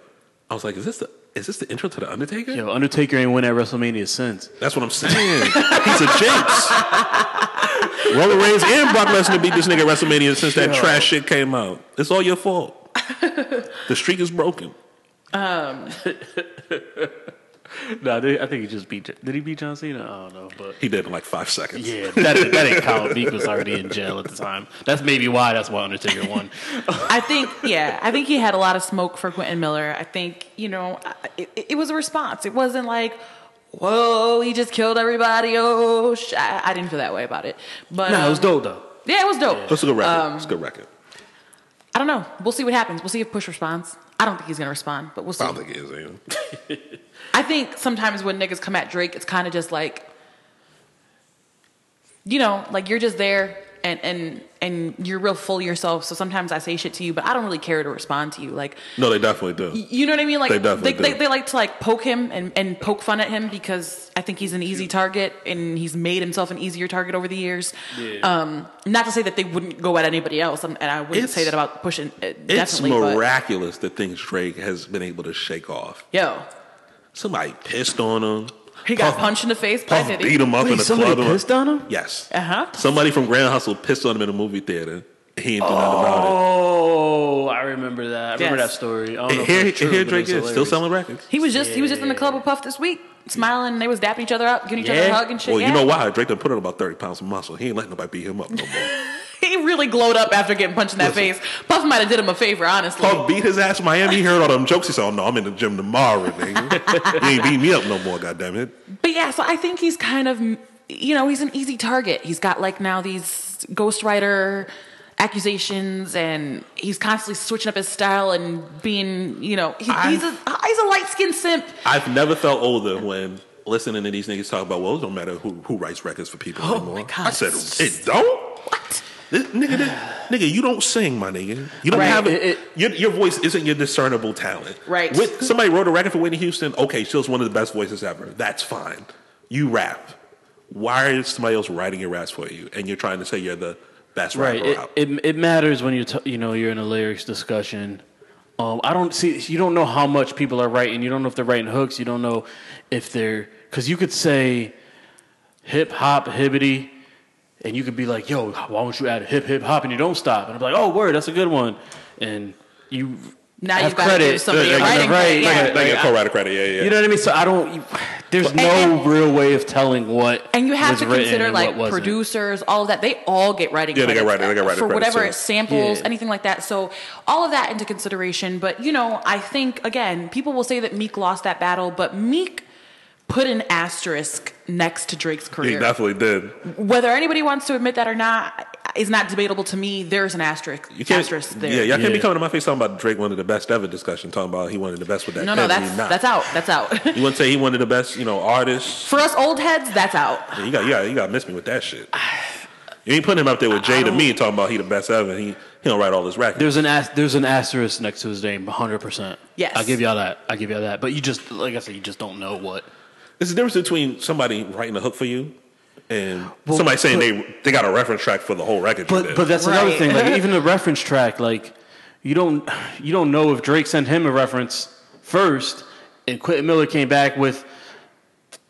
S3: I was like, "Is this the is this the intro to the Undertaker?"
S1: Yo, Undertaker ain't won at WrestleMania since.
S3: That's what I'm saying. He's a jinx. Roman Reigns and Brock Lesnar beat this nigga at WrestleMania since
S1: Yo.
S3: that trash shit came out. It's all your fault. the streak is broken.
S1: No, they- I think he just beat. J- Did he beat John Cena? I don't know, but
S3: He did in like five seconds.
S1: yeah, that, that ain't count. Meek was already in jail at the time. That's maybe why. That's why Undertaker won.
S2: I think, yeah, I think he had a lot of smoke for Quentin Miller. I think, you know, I- it, it was a response. It wasn't like, whoa, he just killed everybody. Oh, sh-. I, I didn't feel that way about it. But
S1: no, it was
S2: um,
S1: dope though.
S2: Yeah, it was dope.
S3: That's a good record.
S1: Um,
S3: It's a good record.
S2: I don't know. We'll see what happens. We'll see if Push responds. I don't think he's gonna respond, but we'll see.
S3: I don't think it is. Either.
S2: I think sometimes when niggas come at Drake, it's kind of just like, you know, like you're just there and and and you're real full of yourself. So sometimes I say shit to you, but I don't really care to respond to you. Like,
S3: No, they definitely do.
S2: you know what I mean? Like
S3: They definitely
S2: they,
S3: do.
S2: they like to like poke him and and poke fun at him because I think he's an easy target and he's made himself an easier target over the years. Um, not to say that they wouldn't go at anybody else, um, and and I wouldn't
S3: It's-
S2: say that about pushing. uh,
S3: It's
S2: definitely, but-
S3: miraculous the things Drake has been able to shake off.
S2: Yo,
S3: Somebody pissed on him.
S2: he got
S3: Puff-
S2: punched in the face by
S3: Puff
S2: Diddy.
S3: beat him up in
S1: Wait,
S3: the
S1: somebody
S3: club.
S1: pissed on him?
S3: Yes.
S2: Uh huh.
S3: Somebody from Grand Hustle pissed on him in a movie theater. He He ain't do nothing about
S1: Oh, I remember that. I remember
S2: Yes.
S1: that story. I don't know if it's
S3: it. Here,
S1: true,
S3: here
S1: but
S3: Drake
S1: it's
S3: is still
S1: hilarious.
S3: selling records.
S2: He was just he was just in the club with Puff this week, smiling. They was dapping each other up, giving each other
S1: Yeah.
S2: a hug and shit.
S3: Well,
S2: yeah.
S3: you know why? Drake done put on about 30 pounds of muscle. He ain't letting nobody beat him up no more.
S2: He really glowed up after getting punched in that face. Puff might have did him a favor, honestly.
S3: Puff beat his ass in Miami. He heard all them jokes. He said, oh, no, I'm in the gym tomorrow, nigga. you ain't beating me up no more, goddammit.
S2: But yeah, so I think he's kind of, you know, he's an easy target. He's got like now these ghostwriter accusations and he's constantly switching up his style and being, you know, he,
S3: I-
S2: he's a he's a light-skinned simp.
S3: I've never felt older when listening to these niggas talk about, well, it don't matter who, who writes records for people
S2: Oh,
S3: anymore.
S2: my God.
S3: I said, it don't?
S2: What?
S3: This, nigga, this, nigga, you don't sing, my nigga. You don't
S2: Right.
S3: have
S1: It-
S3: a,
S1: it-
S3: your, your voice isn't your discernible talent.
S2: Right.
S3: Whit- somebody wrote a record for Whitney Houston. Okay, she was one of the best voices ever. That's fine. You rap. Why is somebody else writing your raps for you, and you're trying to say you're the best
S1: Right.
S3: rapper
S1: It,
S3: out?
S1: it it matters when you t- you know you're in a lyrics discussion. Um, I don't see you don't know how much people are writing. You don't know if they're writing hooks. You don't know if they're because you could say hip hop hibbity, and you could be like, yo, why don't you add hip hip hop and you don't stop? And I'm like, oh, word, that's a good one. And you
S2: Now
S1: have
S2: you've gotta
S1: credit.
S2: give somebody
S1: Like,
S2: a writing
S1: right,
S2: credit,
S1: like,
S2: yeah.
S1: like,
S3: Like a co-writer credit, yeah, yeah.
S1: you know what I mean? So I don't. you- There's no
S2: and-
S1: real way of telling what.
S2: And you have
S1: was
S2: to
S1: written
S2: consider
S1: and what
S2: like
S1: wasn't.
S2: producers, all of that. They all get writing
S3: Yeah, they
S2: credits
S3: get writing- they get writing
S2: for
S3: credits,
S2: whatever
S3: yeah.
S2: samples,
S1: Yeah.
S2: anything like that. So all of that into consideration. But you know, I think again, people will say that Meek lost that battle, but Meek put an asterisk next to Drake's
S3: he
S2: career.
S3: definitely did.
S2: Whether anybody wants to admit that or not is not debatable to me. There's an asterisk,
S3: You can't,
S2: asterisk there.
S3: yeah, y'all can't be
S1: Yeah.
S3: coming to my face talking about Drake wanted the best ever discussion, talking about he wanted the best with that.
S2: no, no,
S3: pen.
S2: that's
S3: He not.
S2: that's out. That's out.
S3: You want to say he wanted the best, you know, artist?
S2: for us old heads, that's out.
S3: You got, you got, you got to miss me with that shit. You ain't putting him up there with Jay to me talking about he the best ever. and He he don't write all his records.
S1: There's an as- there's an asterisk next to his name, 100. percent
S2: Yes.
S1: I give y'all that. I give y'all that. But you just like I said, you just don't know what.
S3: There's a difference between somebody writing a hook for you and somebody saying they they got a reference track for the whole record. you
S1: But
S3: did.
S1: but that's another
S2: Right.
S1: thing. Like even the reference track, like you don't you don't know if Drake sent him a reference first, and Quentin Miller came back with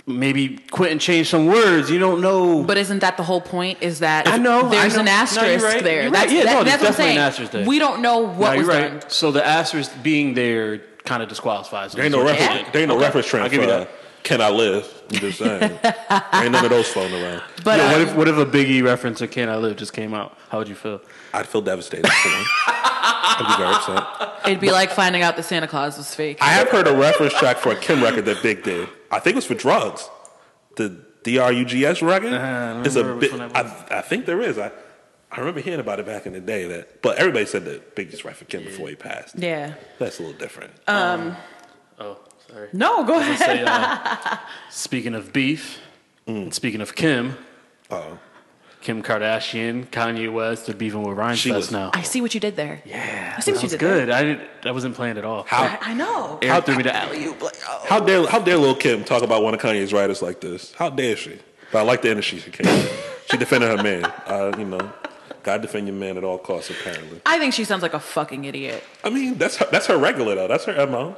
S1: maybe Quentin changed some words. You don't know.
S2: But isn't that the whole point? Is that
S1: I know, I
S2: there's
S1: know.
S2: an
S1: No, you're
S2: asterisk
S1: right.
S2: there.
S1: You're
S2: That's,
S1: right. Yeah,
S2: that-
S1: no, there's
S2: that's what I'm
S1: definitely
S2: saying.
S1: an asterisk there.
S2: We don't know what
S1: No,
S2: was
S1: you're right.
S2: done.
S1: So the asterisk being there kind of disqualifies. him.
S3: there ain't no
S1: So-
S3: reference.
S2: Yeah.
S3: There ain't no reference track
S1: I'll give
S3: for
S1: you
S3: uh,
S1: that.
S3: "Can I Live." I'm just saying, there ain't none of those floating around.
S2: But
S1: Yo, what
S2: um,
S1: if what if a Biggie reference to "Can I Live" just came out? How would you feel?
S3: I'd feel devastated. For them. I'd be very upset.
S2: it'd be like finding out that Santa Claus was fake.
S3: I have heard a reference track for a Kim record that Big did. I think it was for drugs. The DRUGS record.
S1: Uh, I
S3: it's a
S1: remember
S3: big.
S1: which one that
S3: I, I think there is. I I remember hearing about it back in the day. That, but everybody said that Big just right for Kim before he passed.
S2: yeah.
S3: That's a little different.
S1: Oh, sorry.
S2: No, go ahead.
S1: Say, uh, speaking of beef, and speaking of Kim,
S3: oh,
S1: Kim Kardashian, Kanye West, they're beefing with Ryan
S3: She
S1: Fest
S3: was-
S1: now.
S2: I see what you did there.
S1: Yeah,
S2: I see what
S1: that
S2: you
S1: was
S2: did
S1: good. I didn't. I wasn't playing at all.
S3: how
S2: I, I know.
S1: Eric threw me the alley.
S2: You like, oh.
S3: how dare how dare Lil Kim talk about one of Kanye's writers like this? How dare she? But I like the energy she came. with. she defended her man. Uh, you know, gotta defend your man at all costs. Apparently,
S2: I think she sounds like a fucking idiot.
S3: I mean that's her, that's her regular though. That's her mo.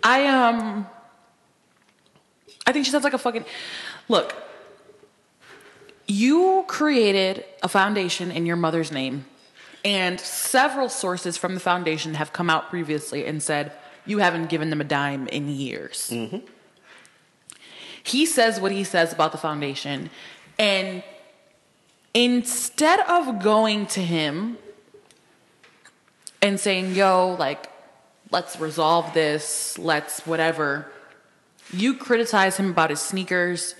S2: I um I think she sounds like a fucking Look. You created a foundation in your mother's name and several sources from the foundation have come out previously and said you haven't given them a dime in years. He says what he says about the foundation and instead of going to him and saying, yo, like, let's resolve this, let's whatever. You criticize him about his sneakers.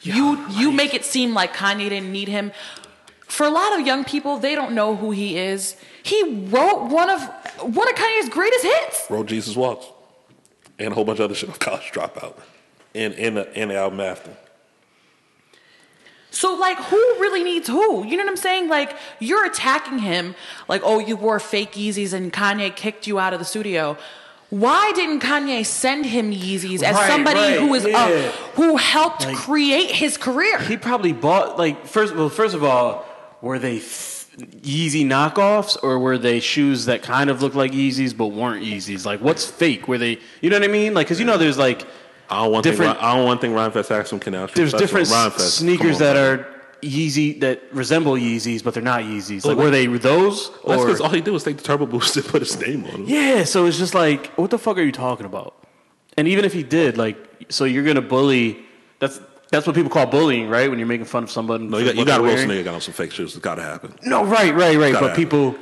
S2: you you make it seem like Kanye didn't need him. For a lot of young people, they don't know who he is. He wrote one of one of Kanye's greatest hits.
S3: Wrote Jesus Walks, and a whole bunch of other shit of college dropout, and and the, and the album after.
S2: So like who really needs who? You know what I'm saying? Like you're attacking him like oh you wore fake Yeezys and Kanye kicked you out of the studio. Why didn't Kanye send him Yeezys as
S1: Right,
S2: somebody
S1: right,
S2: who is
S1: yeah.
S2: uh, who helped
S1: Like-
S2: create his career?
S1: He probably bought like first. Well, first of all, were they th- Yeezy knockoffs or were they shoes that kind of looked like Yeezys but weren't Yeezys? Like, what's fake? Were they? You know what I mean? Like, because you know, there's like
S3: I don't want
S1: Different-
S3: Thing, Ron- I don't want thing Ryan Fest asked from Canal Street.
S1: there's
S3: Festival.
S1: different
S3: Ryan Fest,
S1: sneakers
S3: come on,
S1: that
S3: man.
S1: are Yeezy that resemble Yeezys, but they're not Yeezys. Like,
S3: Well,
S1: were they those
S3: Well, that's
S1: or?
S3: because all he did was take the turbo boost and put his name on it.
S1: Yeah, so it's just like, what the fuck are you talking about? And even if he did, like, so you're gonna bully? That's that's what people call bullying, right? When you're making fun of somebody.
S3: No, you got, you got to roast nigga got on some fake shoes. It's got to happen.
S1: No, right, right, right.
S3: Gotta
S1: But
S3: have
S1: people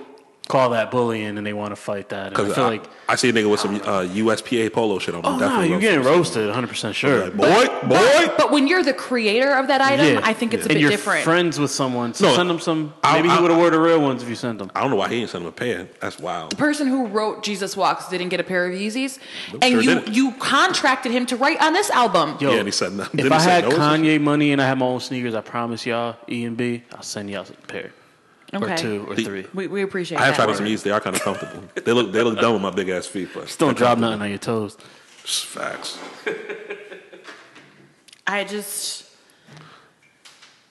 S1: call that bullying, and they want to fight that. And I
S3: Because
S1: feel
S3: I,
S1: like,
S3: I see a nigga with some uh, USPA polo shit on.
S1: oh no, you're getting roasted, 100 percent sure.
S3: Like, boy, boy.
S2: But when you're the creator of that item,
S1: Yeah.
S2: I think it's a
S1: and
S2: bit
S1: you're
S2: different.
S1: friends with someone, so
S3: No,
S1: send them some.
S3: I-
S1: Maybe he
S3: I-
S1: would have wore the real ones if you sent them.
S3: I don't know why he ain't sent him a pan. That's wild.
S2: the person who wrote Jesus Walks didn't get a pair of Yeezys, and
S3: sure
S2: you
S3: didn't.
S2: you contracted him to write on this album.
S1: Yo,
S3: Yeah, and he said no. Didn't
S1: If
S3: he
S1: I
S3: say
S1: had
S3: no or some
S1: Kanye money and I had my own sneakers, I promise y'all, E and B, I'll send y'all a pair
S2: Okay.
S1: or two or
S3: The-
S1: three.
S2: We, we appreciate.
S3: I have
S2: that.
S3: tried on some Yeezys. They are kind of comfortable. they look they look dumb with my big ass feet, but
S1: Just don't drop nothing on your toes.
S3: Facts.
S2: I just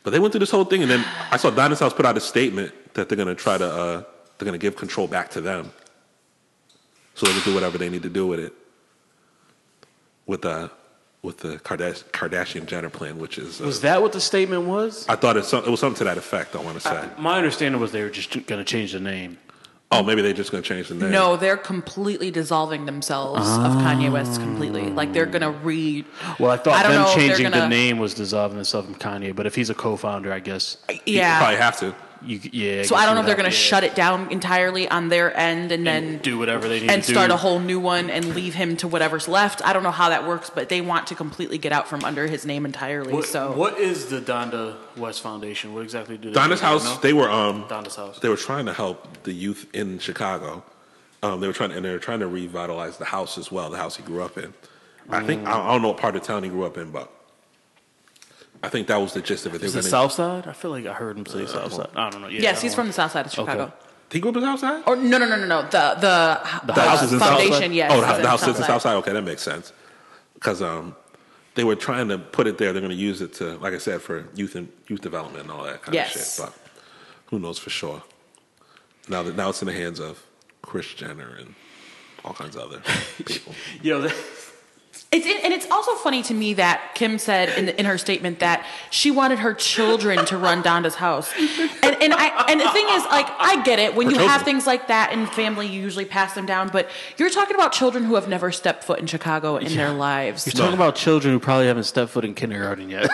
S3: But they went through this whole thing, and then I saw Dinah's House put out a statement that they're gonna try to uh, they're gonna give control back to them, so they can do whatever they need to do with it. With the with the Kardash- Kardashian Jenner plan, which is uh,
S1: Was that what the statement was?
S3: I thought it's some, it was something to that effect. I want to say.
S2: Uh,
S1: My understanding was they were just going to change the name.
S3: oh, maybe they're just gonna change the name.
S2: no, they're completely dissolving themselves of Kanye West completely. Like they're gonna re.
S1: Well, I thought
S2: I don't
S1: them
S2: know if they're
S1: changing the
S2: gonna-
S1: name was dissolving itself from Kanye, but if he's a co-founder, I guess
S3: you
S2: Yeah.
S3: probably have to.
S1: you yeah.
S2: so I don't know if they're gonna
S1: to
S2: shut it down entirely on their end, and then
S1: and do whatever they need
S2: and
S1: to do.
S2: start a whole new one and leave him to whatever's left. I don't know how that works, but they want to completely get out from under his name entirely.
S1: What,
S2: so
S1: what is the Donda West Foundation? What exactly do they
S3: Donna's
S1: do? I don't
S3: house.
S1: know.
S3: They were um.
S1: Donda's house.
S3: They were trying to help the youth in Chicago. Um, they were trying and they were trying to revitalize the house as well, the house he grew up in. I think I, I don't know what part of town he grew up in, but I think that was the gist of it. They
S1: Is
S3: were
S1: it
S3: gonna-
S1: South Side? I feel like I heard him say South Side. I don't know. Yeah,
S2: yes,
S1: I
S2: he's
S1: don't
S2: from the south side of
S1: Okay.
S2: Chicago.
S3: He grew up in Southside.
S2: Or no, no, no, no, no. The the,
S1: The house is in Southside?
S2: foundation. Yes.
S3: Oh, the,
S2: is
S3: hou-
S2: in
S3: the house is in
S2: Southside.
S3: Southside. Okay, that makes sense. Because um, they were trying to put it there. They're going to use it to, like I said, for youth and youth development and all that kind
S2: Yes.
S3: of shit. But who knows for sure? Now that now it's in the hands of Chris Jenner and all kinds of other people.
S1: know. Yo, that-
S2: It's in, and it's also funny to me that Kim said in, in her statement that she wanted her children to run Donda's house, and and I and the thing is like I get it when
S3: Her
S2: you
S3: children.
S2: have things like that in family you usually pass them down, but you're talking about children who have never stepped foot in Chicago in their lives.
S1: you're talking about children who probably haven't stepped foot in kindergarten yet.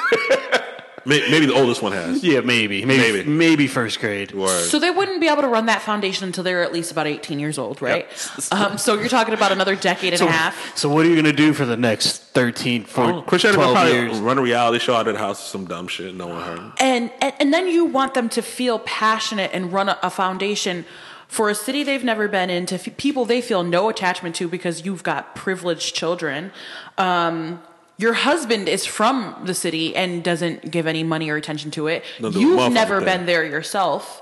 S3: May- Maybe the oldest one has.
S1: yeah, maybe, maybe,
S3: Maybe.
S1: maybe, first grade.
S3: Or
S2: So they wouldn't be able to run that foundation until they're at least about 18 years old, right? Um, so you're talking about another decade and
S1: So,
S2: a half.
S1: so what are you gonna do for the next 13, 14,
S3: Chris Jenner will
S1: 12
S3: probably
S1: years?
S3: run a reality show out of the house or some dumb shit, knowing her.
S2: And, and and then you want them to feel passionate and run a, a foundation for a city they've never been in to f- people they feel no attachment to because you've got privileged children. Um, your husband is from the city and doesn't give any money or attention to it.
S3: Don't do a
S2: You've
S3: motherfucking
S2: never
S3: thing.
S2: been there yourself.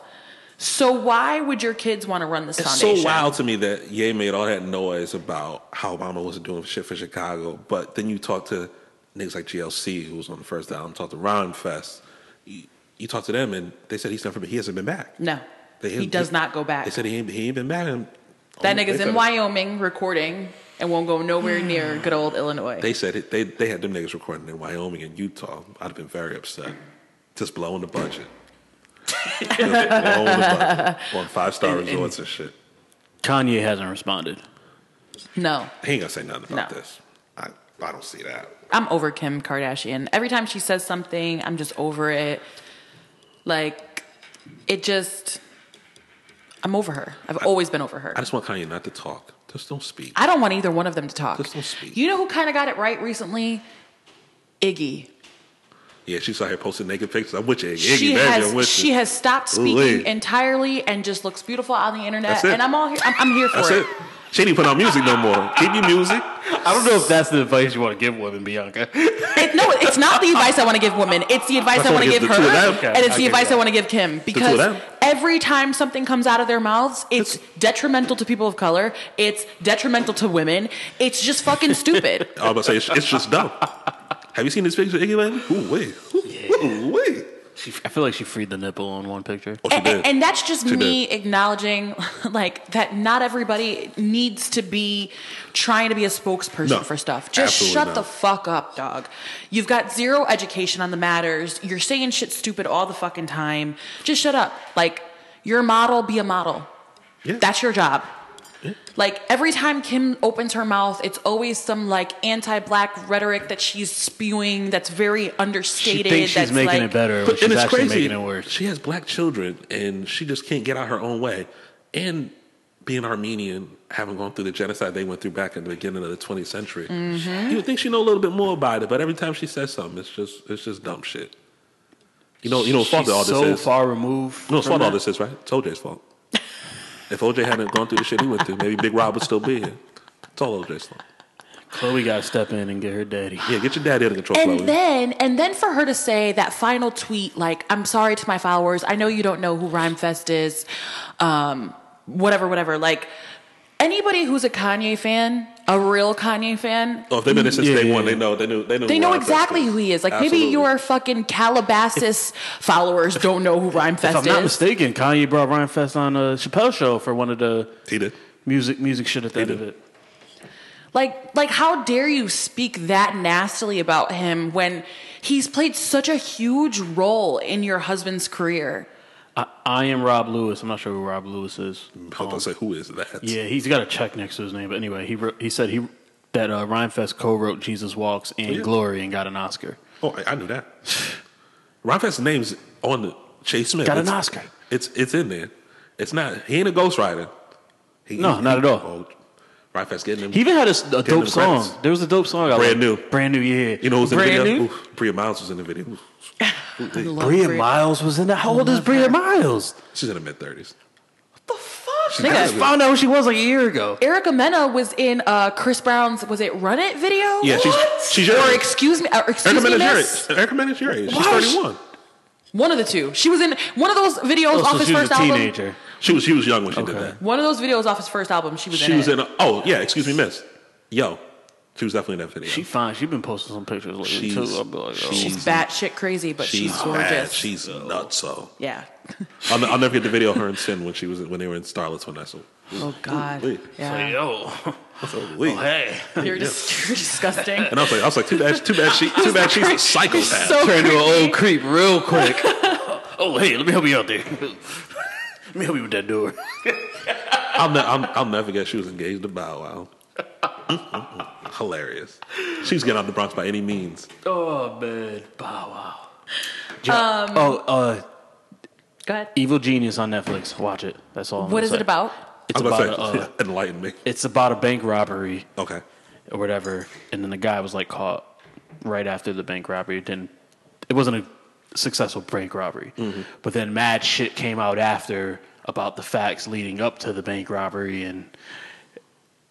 S2: So why would your kids want to run this
S3: It's
S2: foundation?
S3: so wild to me that Ye made all that noise about how Obama wasn't doing shit for Chicago, but then you talk to niggas like GLC, who was on the first album, talk to Ron Fest. You, you talk to them, and they said he's never been, he hasn't been back.
S2: No.
S3: They-
S2: He does not go back.
S3: They said he ain't, he ain't been back. And
S2: That
S3: they
S2: nigga's
S3: said-
S2: in Wyoming recording and won't go nowhere near good old Illinois.
S3: They said it, they they had them niggas recording in Wyoming and Utah. I'd have been very upset, just blowing the budget. Just blowing the budget on five star
S1: And- and-
S3: resorts and shit.
S1: Kanye hasn't responded.
S2: no.
S3: He ain't gonna say nothing about
S2: No.
S3: this. I I don't see that.
S2: I'm over Kim Kardashian. Every time she says something, I'm just over it. Like, it just, I'm over her. I've always been over her.
S3: I just want Kanye not to talk. Just don't speak.
S2: I don't want either one of them to talk.
S3: Just don't speak.
S2: You know who kind of got it right recently? Iggy.
S3: yeah, she's out here posting naked pictures. I'm with you, Iggy.
S2: she
S3: Iggy, baby, I'm
S2: has
S3: with
S2: she
S3: you.
S2: has stopped speaking
S3: Ooh-wee.
S2: entirely and just looks beautiful on the internet.
S3: That's it.
S2: And I'm all here. I'm, I'm here for
S3: That's it. She ain't even put on music no more. Keep your music.
S1: I don't know if that's the advice you want to give women, Bianca.
S2: It- no, it's not the advice I want to give women. It's the advice
S3: That's
S2: I
S3: what
S2: want to
S3: gives
S2: give
S3: the
S2: her,
S3: two of them.
S2: and it's
S1: Okay,
S2: the advice
S1: yeah.
S2: I want to give Kim
S3: two of them.
S2: because every time something comes out of their mouths, it's detrimental to people of color. It's detrimental to women. It's just fucking stupid.
S3: I was about to say, it's, it's just dumb. Have you seen this picture of Iggy lately? Ooh, wait. Ooh, wait.
S1: She, I feel like she freed the nipple on one picture.
S3: Oh, she
S2: and,
S3: did.
S2: and that's just
S3: She
S2: me
S3: did.
S2: acknowledging like that not everybody needs to be trying to be a spokesperson
S3: No,
S2: for stuff just
S3: absolutely
S2: shut
S3: not.
S2: the fuck up dog you've got zero education on the matters you're saying shit stupid all the fucking time just shut up like you're a model be a model
S3: Yeah.
S2: that's your job like every time Kim opens her mouth, it's always some like anti-black rhetoric that she's spewing. That's very understated.
S1: She thinks
S2: that's
S1: she's making
S2: like-
S1: it better, but she's
S3: and it's
S1: actually
S3: crazy.
S1: making it worse.
S3: She has black children, and she just can't get out her own way. And being Armenian, having gone through the genocide they went through back in the beginning of the 20th century,
S2: Mm-hmm.
S3: you would think she know a little bit more about it. But every time she says something, it's just it's just dumb shit. You know, you know, what fault
S1: She's
S3: all this
S1: so
S3: is.
S1: far removed.
S3: no, it's
S1: from
S3: fault all
S1: that.
S3: this is right. It's OJ's fault. if OJ hadn't gone through the shit he went through, maybe Big Rob would still be here. It's all OJ's fault.
S1: Chloe got to step in and get her daddy.
S3: Yeah, get your daddy out of control,
S2: and
S3: Chloe.
S2: then and then for her to say that final tweet like i'm sorry to my followers i know you don't know who rhymefest is um whatever whatever like anybody who's a kanye fan a real kanye fan
S3: Oh, if they've been there since
S1: Yeah,
S3: day
S1: yeah,
S3: one,
S1: yeah.
S3: they know they knew they knew.
S2: they know
S3: Ron Fest
S2: exactly
S3: is.
S2: who he is. Like maybe
S3: Absolutely.
S2: your fucking Calabasas followers don't know who
S1: If I'm
S2: Rhymefest
S1: not
S2: is.
S1: mistaken, Kanye brought Ryan Fest on a Chappelle show for one of the
S3: He did.
S1: music music shit at the end of it.
S2: Like, like how dare you speak that nastily about him when he's played such a huge role in your husband's career?
S1: I, I am Rob Lewis. I'm not sure who Rob Lewis is.
S3: Mm, I was about to say, who is that?
S1: Oh. Yeah, he's got a check next to his name. But anyway, he wrote, he said he that uh, Ryan Fest co-wrote Jesus Walks and
S3: Oh, Yeah.
S1: Glory and got an Oscar.
S3: Oh, I, I knew that. Ron Fest's name's on the Chase Smith.
S1: Got an
S3: It's-
S1: Oscar.
S3: It's it's in there. It's not. He ain't a ghostwriter. He,
S1: No, not at all.
S3: Oh, Ron Fest getting him.
S1: He even had a, s- a
S3: Getting
S1: dope
S3: them
S1: song.
S3: credits.
S1: There was a dope song. I
S3: Brand
S1: liked.
S3: new.
S1: brand new. Yeah,
S3: you know who's in the
S1: brand
S3: video?
S1: new.
S3: Oof, Bria Miles was in the video. Oof.
S2: Love
S1: Bria
S2: Bria-
S1: Miles was in that. How old is Bria Miles?
S3: She's in her mid thirties.
S2: What the fuck?
S1: I just found out who she was like a year ago.
S2: Erica Mena was in uh, Chris Brown's was it Run It video?
S3: Yeah, she's- she's your
S2: or
S3: age.
S2: excuse me, or excuse
S3: Erica
S2: me,
S3: Mena's your
S2: miss.
S3: age. Erica Mena's your age. She's
S1: Wow, she-
S3: thirty one.
S2: One of the two. She was in one of those videos
S1: Oh,
S2: off
S1: so
S2: his
S1: she was
S2: first
S1: a
S2: album.
S1: teenager.
S3: She was she was young when she did
S1: Okay.
S3: that.
S2: One of those videos off his first album. She was
S3: She
S2: in.
S3: was
S2: it.
S3: in. A, oh yeah, excuse me, Miss. Yo, she was definitely in that video.
S1: She fine. She been posting some pictures lately
S3: She's-
S1: too. I'll be like, oh.
S2: She's batshit crazy, but she's, gorgeous.
S3: bad. She's nuts. So
S2: yeah.
S3: I'll, ne- I'll never get the video of her and Sin when she was when they were in Starlets when that's.
S2: Oh God.
S3: wait.
S1: Like,
S2: Yeah.
S1: yo, Oh,
S3: Absolutely.
S1: hey.
S2: You're just you're disgusting.
S3: And I was like, I was like, too bad, too bad, she, too bad, she's a psychopath.
S2: so
S1: Turn to an
S2: creepy.
S1: old creep real quick. oh, hey, let me help you out there. let me help you with that door.
S3: I'll, ne- I'll, I'll never forget she was engaged to Bow Wow. Mm-mm-mm. Hilarious. She's getting out of the Bronx by any means.
S1: Oh, man. Bow wow.
S2: Um,
S1: Jo- oh, uh,
S2: Go ahead.
S1: Evil Genius on Netflix. Watch it. That's all. I'm
S2: What
S1: gonna
S2: is
S1: say.
S2: it about?
S1: It's
S3: I was
S1: about,
S3: about,
S1: a,
S3: to
S1: uh,
S3: say, enlighten me.
S1: it's about a bank robbery
S3: Okay.
S1: or whatever, and then the guy was like caught right after the bank robbery. Didn't it wasn't a successful bank robbery, but then mad shit came out after about the facts leading up to the bank robbery and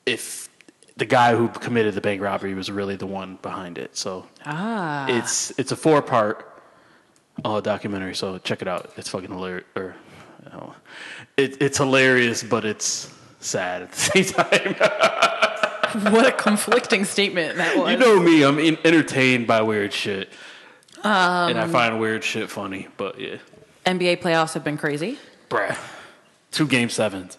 S1: if the guy who committed the bank robbery was really the one behind it. So
S2: Ah.
S1: it's it's a four part uh, documentary. So check it out. It's fucking hilarious. Or I don't know. it, it's hilarious, but it's sad at the same time.
S2: what a conflicting statement that was.
S1: you know me. I'm in, entertained by weird shit, um, and I find weird shit funny. But yeah,
S2: NBA playoffs have been crazy.
S1: bruh. Two game sevens.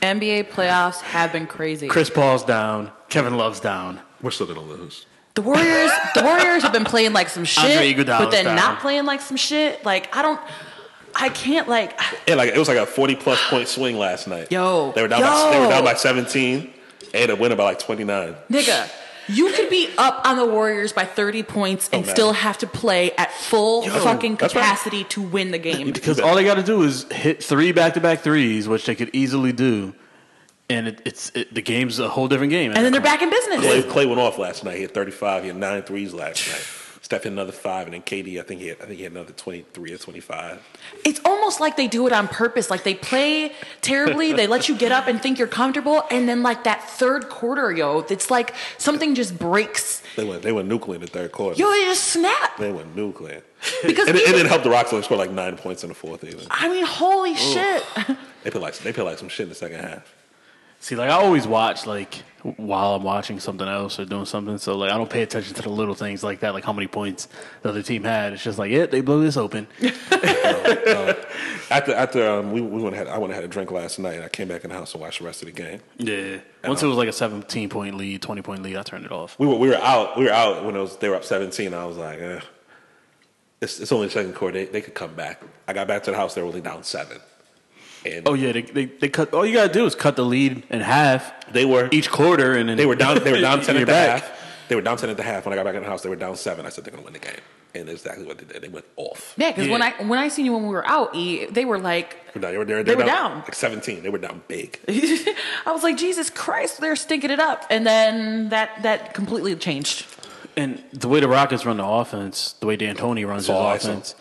S2: NBA playoffs have been crazy.
S1: Chris Paul's down. Kevin Love's down.
S3: We're still gonna lose.
S2: The Warriors, the Warriors have been playing like some
S1: Andre
S2: shit,
S1: Iguodala's
S2: but then
S1: down.
S2: not playing like some shit. Like I don't, I can't like.
S3: And like it was like a forty plus point swing last night.
S2: Yo.
S3: they were down. By, they were down
S2: Yo.
S3: by seventeen. They had a winner by like twenty nine.
S2: Nigga, you could be up on the Warriors by 30 points and
S3: Oh, man.
S2: still have to play at full
S3: Yo,
S2: fucking
S3: that's right.
S2: capacity to win the game.
S1: Because all they got to do is hit three back to back threes, which they could easily do, and it, it's it, the game's a whole different game.
S2: And then they're back in business.
S3: Clay, Clay went off last night. He had 35. He had nine threes last night. Steph hit another five, and then KD. I think he had. I think he had another 23 or 25.
S2: It's almost like they do it on purpose. Like they play terribly, they let you get up and think you're comfortable, and then like that third quarter, yo, it's like something just breaks.
S3: They went. They went nuclear in the third quarter.
S2: Yo, they just snap.
S3: they went nuclear.
S2: Because
S3: and it, it
S2: people-
S3: didn't help the Rockets only score like nine points in the fourth either.
S2: I mean, holy shit.
S3: They put like they put like some shit in the second half.
S1: See, like I always watch like while I'm watching something else or doing something, so like I don't pay attention to the little things like that, like how many points the other team had. It's just like, yeah, they blew this open.
S3: After after um, we, we went ahead, I went and had a drink last night, and I came back in the house and watched the rest of the game.
S1: yeah. Once it was like a 17 point lead, 20 point lead, I turned it off.
S3: We were we were out we were out when it was they were up seventeen. I was like, eh, it's it's only the second quarter. They, they could come back. I got back to the house. They were only down seven. And
S1: Oh yeah, they, they they cut. All you gotta do is cut the lead in half
S3: they were
S1: each quarter, and then
S3: They were down. They were down ten
S1: you're
S3: at the
S1: back.
S3: half. They were down ten at the half. When I got back in the house, they were down seven. I said they're going to win the game, and that's exactly what they did. They went off.
S2: Yeah, because when
S1: Yeah.
S2: I when I seen you when we were out, E, they were like,
S3: They were, down- they were, they were
S2: They were
S3: down,
S2: down.
S3: like seventeen. They were down big.
S2: I was like, Jesus Christ, they're stinking it up, and then that that completely changed.
S1: And the way the Rockets run the offense, the way D'Antoni runs his
S3: all ISO.
S1: offense,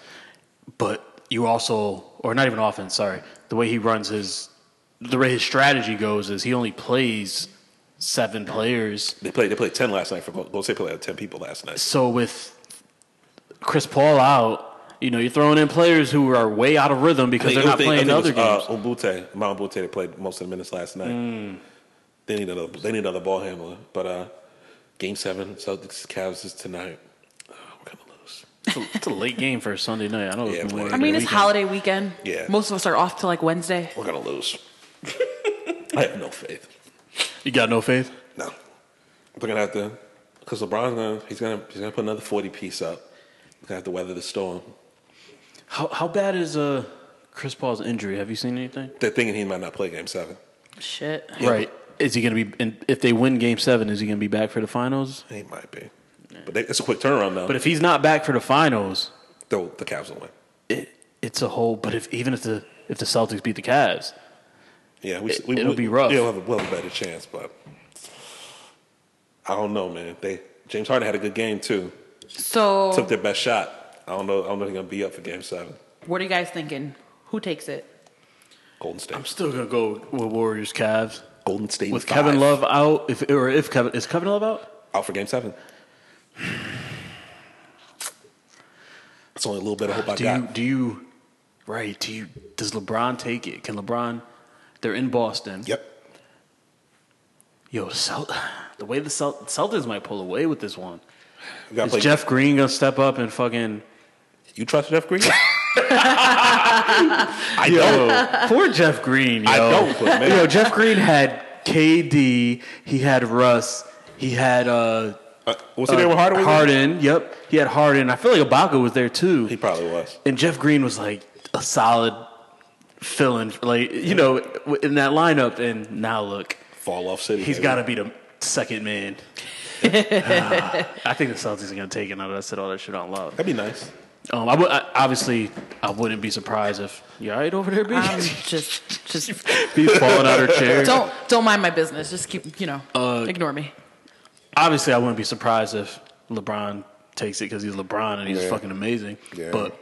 S1: but you also, or not even offense, sorry, the way he runs his, the way his strategy goes is he only plays seven players.
S3: They played. They played ten last night for Golden Golden State. Played like ten people last night.
S1: So with Chris Paul out, you know, you're throwing in players who are way out of rhythm because they're not playing other games. Hmm.
S3: Uh, Umbute, Mount Umbute, they played most of the minutes last night. They need another. They need another ball handler. But uh, game seven, Celtics Cavs is tonight. Oh, we're gonna lose.
S1: It's a, it's a late game for a Sunday night. I know.
S3: Yeah,
S1: it's
S3: boy.
S1: more
S2: I
S1: than
S2: mean,
S1: a
S2: it's
S1: weekend.
S2: holiday weekend.
S3: Yeah.
S2: most of us are off till like Wednesday.
S3: We're gonna lose. I have no faith.
S1: You got no faith.
S3: No, they're gonna have to because LeBron's gonna he's gonna he's gonna put another forty piece up. He's gonna have to weather the storm.
S1: How how bad is uh Chris Paul's injury? Have you seen anything?
S3: They're thinking he might not play Game Seven.
S2: Shit.
S1: Right. Is he going to be? And if they win Game Seven, is he going to be back for the finals?
S3: He might be, but they, it's a quick turnaround though.
S1: But if he's not back for the finals,
S3: Though the Cavs will win.
S1: it, it's a whole. But if even if the if the Celtics beat the Cavs,
S3: Yeah, we,
S1: It-
S3: we,
S1: it'll
S3: we-
S1: be rough.
S3: We'll have, a, we'll have a better chance, but I don't know, man. They James Harden had a good game too.
S1: Oh.
S2: So,
S3: Took their best shot. I don't know. I don't know if he's gonna be up for Game Seven.
S2: what are you guys thinking? Who takes it?
S3: Golden State.
S1: I'm still going to go with Warriors Cavs
S3: Golden State
S1: with
S3: five.
S1: Kevin Love out. If or if Kevin is Kevin Love out,
S3: out for Game Seven. That's only a little bit of hope I
S1: do
S3: got.
S1: you do you right? Do you does LeBron take it? Can LeBron? They're in Boston.
S3: Yep.
S1: Yo, Celt, the way the Celt, Celtics might pull away with this one.
S3: You gotta
S1: Is
S3: play.
S1: Jeff Green gonna step up and fucking?
S3: you trust Jeff Green? I don't.
S1: Yo, poor Jeff Green. Yo.
S3: I don't, but man.
S1: Yo, Jeff Green had KD. He had Russ. He had uh,
S3: Uh, was
S1: uh,
S3: he there with Hardaway?
S1: Harden. Yep, he had Harden. I feel like Ibaka was there too.
S3: He probably was.
S1: and Jeff Green was like a solid fill-in, like you know, w- in that lineup. And now look,
S3: Fall off city.
S1: he's
S3: baby.
S1: got to be the second man. Ah, I think the Celtics are gonna take it. Now that I said all that shit out loud.
S3: That'd be nice.
S1: Um, I would I, obviously I wouldn't be surprised if you all right over there, B.
S2: I'm just, just
S1: He's falling out her chair.
S2: Um, don't don't mind my business. Just keep, you know,
S1: Uh,
S2: ignore me.
S1: Obviously, I wouldn't be surprised if LeBron takes it because he's LeBron and he's
S3: Yeah.
S1: fucking amazing.
S3: Yeah.
S1: But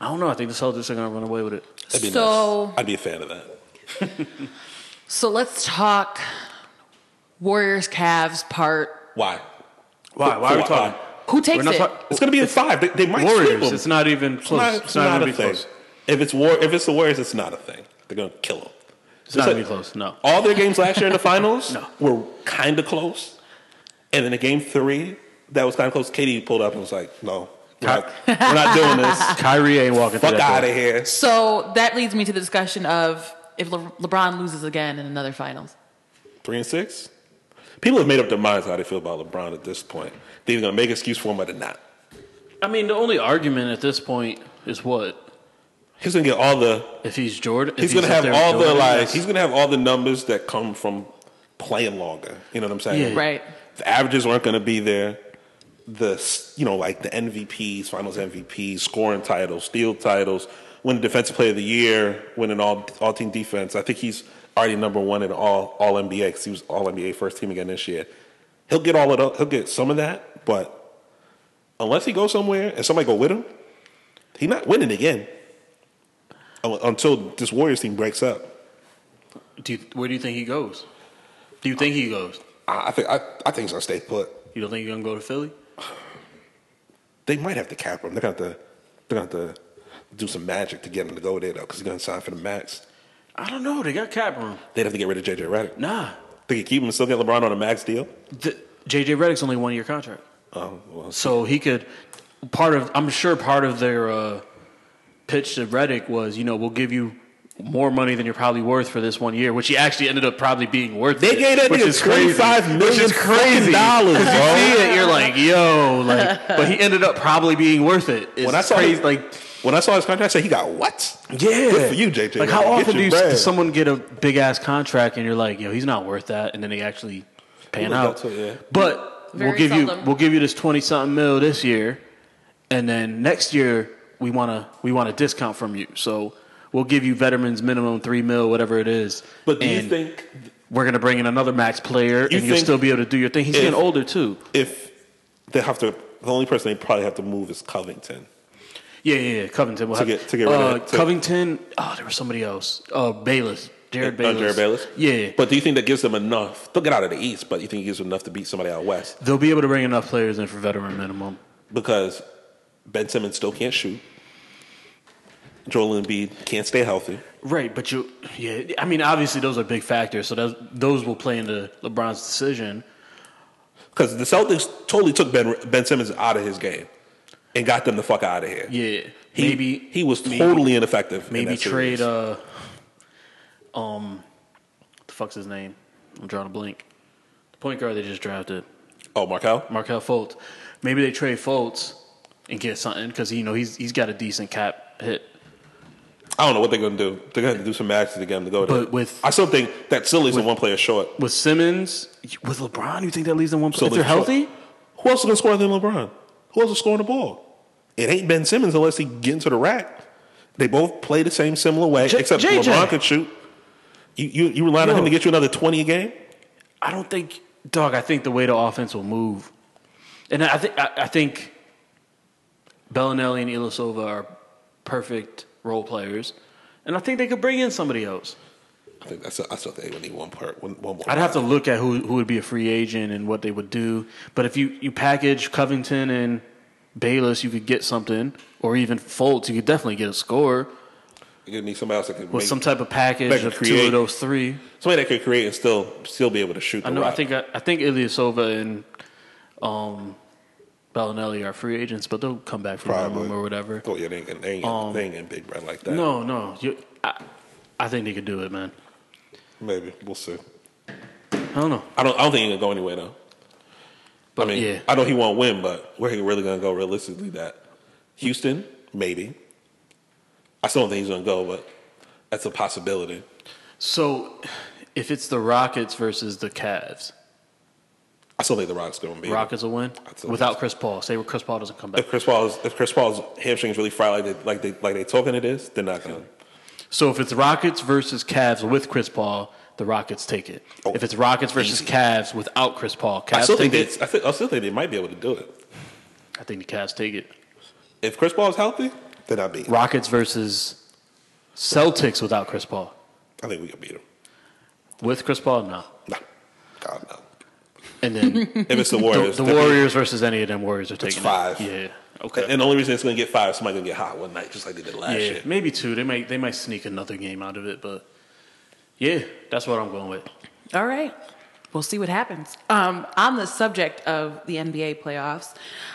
S1: I don't know. I think the Celtics are gonna run away with it.
S3: That'd be
S2: So-
S3: nice. I'd be a fan of that.
S2: So let's talk Warriors Cavs part.
S3: Why?
S1: Why? Why are we talking?
S2: Who takes
S1: We're not
S2: it?
S1: talking-
S3: It's gonna be in five. They, they might sweep
S1: Warriors.
S3: them.
S1: It's not even close. It's not,
S3: not
S1: gonna
S3: a
S1: be
S3: thing.
S1: close.
S3: If it's war, if it's the Warriors, it's not a thing. They're gonna kill them.
S1: It's not gonna be close. No.
S3: All their games last year in the finals
S1: No.
S3: were kind of close, and then the game three that was kind of close. Katie pulled up and was like, "No, we're not, we're not doing this.
S1: Kyrie ain't walking. through
S3: Fuck
S1: that
S3: out
S1: door.
S3: of here."
S2: So that leads me to the discussion of if Le- LeBron loses again in another finals.
S3: Three and six. People have made up their minds how they feel about LeBron at this point. They're either gonna make excuse for him or they're not.
S1: I mean, the only argument at this point is what
S3: He's gonna get all the.
S1: if he's Jordan. if
S3: He's, gonna
S1: up
S3: have
S1: there
S3: all the
S1: Jordan,
S3: like.
S1: yes.
S3: He's gonna have all the numbers that come from playing longer. You know what I'm saying?
S1: Yeah.
S2: Right.
S3: The averages weren't gonna be there. The s- you know like the MVPs, Finals MVPs, scoring titles, steal titles, winning Defensive Player of the Year, winning all all team defense. I think he's already number one in all all NBA because he was all NBA first team again this year. He'll get all of the, he'll get some of that, but unless he goes somewhere and somebody go with him, he not winning again Un- until this Warriors team breaks up.
S1: Do you, where do you think he goes? Do you think he goes?
S3: I, I think I, I think he's gonna stay put.
S1: You don't think he's gonna go to Philly?
S3: They might have to cap him. They're gonna have to they're gonna have to do some magic to get him to go there though, because he's gonna sign for the max.
S1: I don't know. They got cap room.
S3: They'd have to get rid of JJ Redick.
S1: Nah.
S3: They could keep him and still get LeBron on a max deal.
S1: The, JJ Redick's only one year contract.
S3: Oh, well,
S1: So he could part of I'm sure part of their uh, pitch to Reddick was, you know, we'll give you more money than you're probably worth for this one year, which he actually ended up probably being worth.
S3: They
S1: it,
S3: gave that
S1: which
S3: nigga
S1: is crazy.
S3: $25
S1: Which is
S3: million
S1: crazy.
S3: fucking dollars,
S1: 'Cause
S3: bro.
S1: You see it, you're like, yo, like, but he ended up probably being worth it. It's
S3: when I saw
S1: crazy,
S3: his,
S1: like,
S3: when I saw his contract, I said he got what? good for you, JJ.
S1: Like, how
S3: Get
S1: often do
S3: your
S1: you
S3: bread.
S1: someone get a big ass contract and you're like, yo, he's not worth that, and then they actually pan
S3: Look
S1: out?
S3: out to it, yeah.
S1: But
S2: Very
S1: we'll give you
S2: seldom.
S1: we'll give you this twenty something mil this year, and then next year we wanna we want a discount from you. So we'll give you veterans minimum three mil, whatever it is.
S3: But do you
S1: and
S3: think
S1: we're gonna bring in another max player, and you'll
S3: think
S1: still be able to do your thing? He's
S3: if-
S1: getting older too.
S3: if they have to? The only person they probably have to move is Covington.
S1: Yeah, yeah, yeah. Covington. We'll
S3: To
S1: have-
S3: get- to get rid of
S1: uh,
S3: it, to-
S1: Covington. Oh, there was somebody else. Uh, Bayless. Jared
S3: Uh,
S1: Bayless.
S3: Jared Bayless.
S1: Yeah.
S3: But do you think that gives them enough? They'll get out of the East, but you think it gives them enough to beat somebody out West?
S1: They'll be able to bring enough players in for veteran minimum.
S3: Because Ben Simmons still can't shoot. Joel Embiid can't stay healthy.
S1: Right, but you, yeah, I mean, obviously those are big factors. So those those will play into LeBron's decision.
S3: Because the Celtics totally took Ben, ben Simmons out of his game and got them the fuck out of here.
S1: Yeah,
S3: He,
S1: maybe
S3: he was
S1: maybe-
S3: totally ineffective. in
S1: maybe
S3: that
S1: trade
S3: series.
S1: uh, um, the fuck's his name? I'm drawing a blank. The point guard they just drafted,
S3: oh, Markel?
S1: Markel Fultz. Maybe they trade Fultz and get something because you know he's he's got a decent cap hit.
S3: I don't know what they're going to do. They're going to do some matches to get him to go there.
S1: But with-
S3: I still think that still leaves them one player short.
S1: With Simmons, with LeBron, you think that leaves them one?
S3: So
S1: So if they're healthy,
S3: Who else is going to score than LeBron? Who else is scoring the ball? It ain't Ben Simmons unless he get into the rack. They both play the same similar way,
S1: J-
S3: except
S1: JJ.
S3: LeBron could shoot. You you, you relying on
S1: Yo.
S3: him to get you another twenty a game?
S1: I don't think, dog. I think the way the offense will move, and I think I, I think Bellinelli and Ilasova are perfect role players, and I think they could bring in somebody else.
S3: I think that's I still think they need one part one, one more.
S1: I'd have to look at who who would be a free agent and what they would do. But if you you package Covington and Bayless, you could get something, or even Fultz, you could definitely get a score
S3: You're gonna need somebody else that can
S1: with
S3: make,
S1: some type of package
S3: Better
S1: of two
S3: create.
S1: of those three.
S3: somebody that could create and still still be able to shoot. The
S1: I know. I
S3: rock.
S1: think I, I think Ilyasova and um, Bellinelli are free agents, but they'll come back from
S3: Probably.
S1: room or whatever.
S3: Oh yeah, they ain't gonna- they ain't, they ain't in big brand like that.
S1: um, No, no. You, I, I think they could do it, man.
S3: maybe we'll see.
S1: I don't know.
S3: I don't I don't think he's gonna go anywhere though.
S1: But
S3: I mean,
S1: yeah,
S3: I know he won't win, but where he really gonna go realistically? That Houston, maybe. I still don't think he's gonna go, but that's a possibility.
S1: so if it's the Rockets versus the Cavs,
S3: I still think the Rockets gonna be
S1: Rockets will win
S3: That's a-
S1: without Chris Paul. Say Chris Paul doesn't come back.
S3: If Chris Paul's if Chris Paul's hamstrings really fried like they like they like they talking it is, they're not gonna.
S1: So if it's Rockets versus Cavs with Chris Paul, the Rockets take it.
S3: Oh,
S1: if it's Rockets versus
S3: easy.
S1: Cavs without Chris Paul, Cavs
S3: I still think they,
S1: take it.
S3: I, think, I still think they might be able to do it
S1: I think the Cavs take it.
S3: if Chris Paul's healthy. Then I beat.
S1: Rockets versus Celtics without Chris Paul.
S3: I think we can beat him.
S1: With Chris Paul, no.
S3: No, God no.
S1: And then
S3: If it's the
S1: the,
S3: Warriors,
S1: the
S3: they'll be-
S1: Warriors versus any of them Warriors are taking it.
S3: five.
S1: Yeah. Okay.
S3: And the only reason it's gonna get five is somebody gonna get hot one night, just like they did last
S1: yeah,
S3: year.
S1: maybe two. They might they might sneak another game out of it, but yeah, that's what I'm going with.
S2: All right. We'll see what happens. Um, on the subject of the NBA playoffs,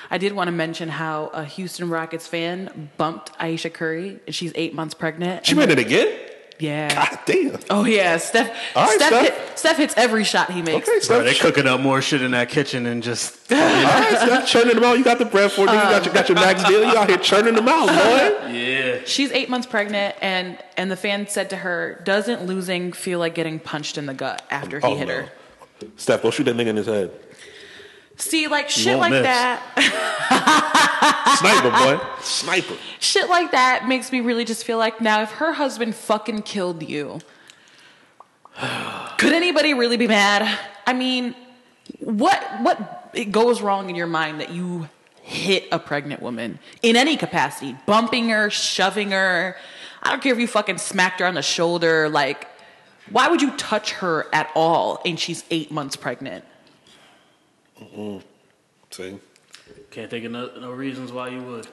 S2: I did want to mention how a Houston Rockets fan bumped Aisha Curry. She's eight months pregnant.
S3: She
S2: And-
S3: made it again.
S2: Yeah.
S3: God damn.
S2: Oh, yeah. Steph,
S3: All right,
S2: Steph,
S3: Steph.
S2: Hit, Steph hits every shot he makes.
S1: Bro,
S3: Okay, Steph.
S1: they're cooking up more shit in that kitchen and just
S3: All right, Steph, churning them out. You got the Bradford, nigga. you got your, got your max deal. You out here churning them out, boy.
S1: yeah.
S2: She's eight months pregnant, and, and the fan said to her, Doesn't losing feel like getting punched in the gut after he
S3: Oh,
S2: hit
S3: no.
S2: her?
S3: Steph, go shoot that nigga in his head.
S2: See, like shit
S1: won't
S2: like
S1: miss.
S2: that.
S3: Sniper, boy. Sniper.
S2: shit like that makes me really just feel like now if her husband fucking killed you could anybody really be mad i mean what what it goes wrong in your mind that you hit a pregnant woman in any capacity bumping her shoving her i don't care if you fucking smacked her on the shoulder like why would you touch her at all and she's eight months pregnant
S3: See?
S1: Can't think of no, no reasons why you would.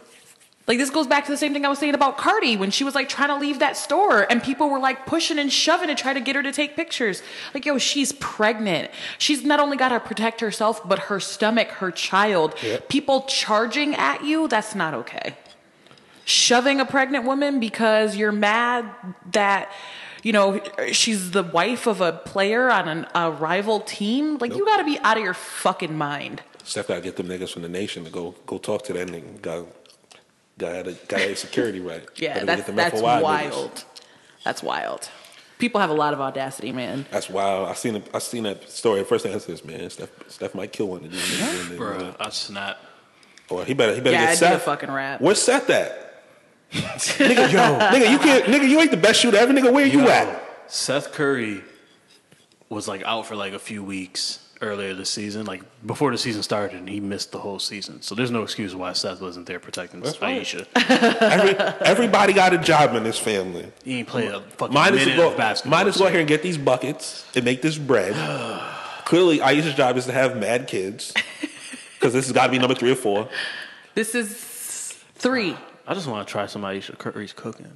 S2: Like this goes back to the same thing I was saying about Cardi when she was like trying to leave that store and people were like pushing and shoving to try to get her to take pictures. Like, yo, she's pregnant. She's not only got to protect herself, but her stomach, her child. People charging at you, that's not okay. Shoving a pregnant woman because you're mad that, you know, she's the wife of a player on an, a rival team. Like, you
S3: Nope.
S2: got to be out of your fucking mind.
S3: Steph gotta get them niggas from the nation to go go talk to that nigga. Got got a got a security right.
S2: Yeah,
S3: Gotta
S2: that's,
S3: them
S2: that's
S3: FOI niggas.
S2: wild. That's wild. People have a lot of audacity, man.
S3: That's wild. I seen I seen that story. First thing I said is, man, Steph Steph might kill one of these niggas. in there,
S1: Bruh,
S3: man.
S1: I snap.
S3: Or he better he better
S2: Yeah,
S3: get
S2: I'd be a
S3: Seth.
S2: fucking rap.
S3: Where's Seth at? nigga, yo, nigga, you can't, nigga, you ain't the best shooter ever, nigga. Where you
S1: Yo,
S3: at?
S1: Seth Curry was like out for like a few weeks earlier this season, like before the season started, and he missed the whole season. So there's no excuse why Seth wasn't there protecting
S3: That's right.
S1: Aisha.
S3: Every, everybody got a job in this family.
S1: He ain't played a fucking
S3: Might as
S1: minute
S3: well
S1: of
S3: go,
S1: basketball.
S3: might as
S1: so-
S3: well go here and get these buckets and make this bread. Clearly, Aisha's job is to have mad kids because this has got to be number three or four.
S2: This is three.
S1: I just want to try some Aisha Curry's cooking.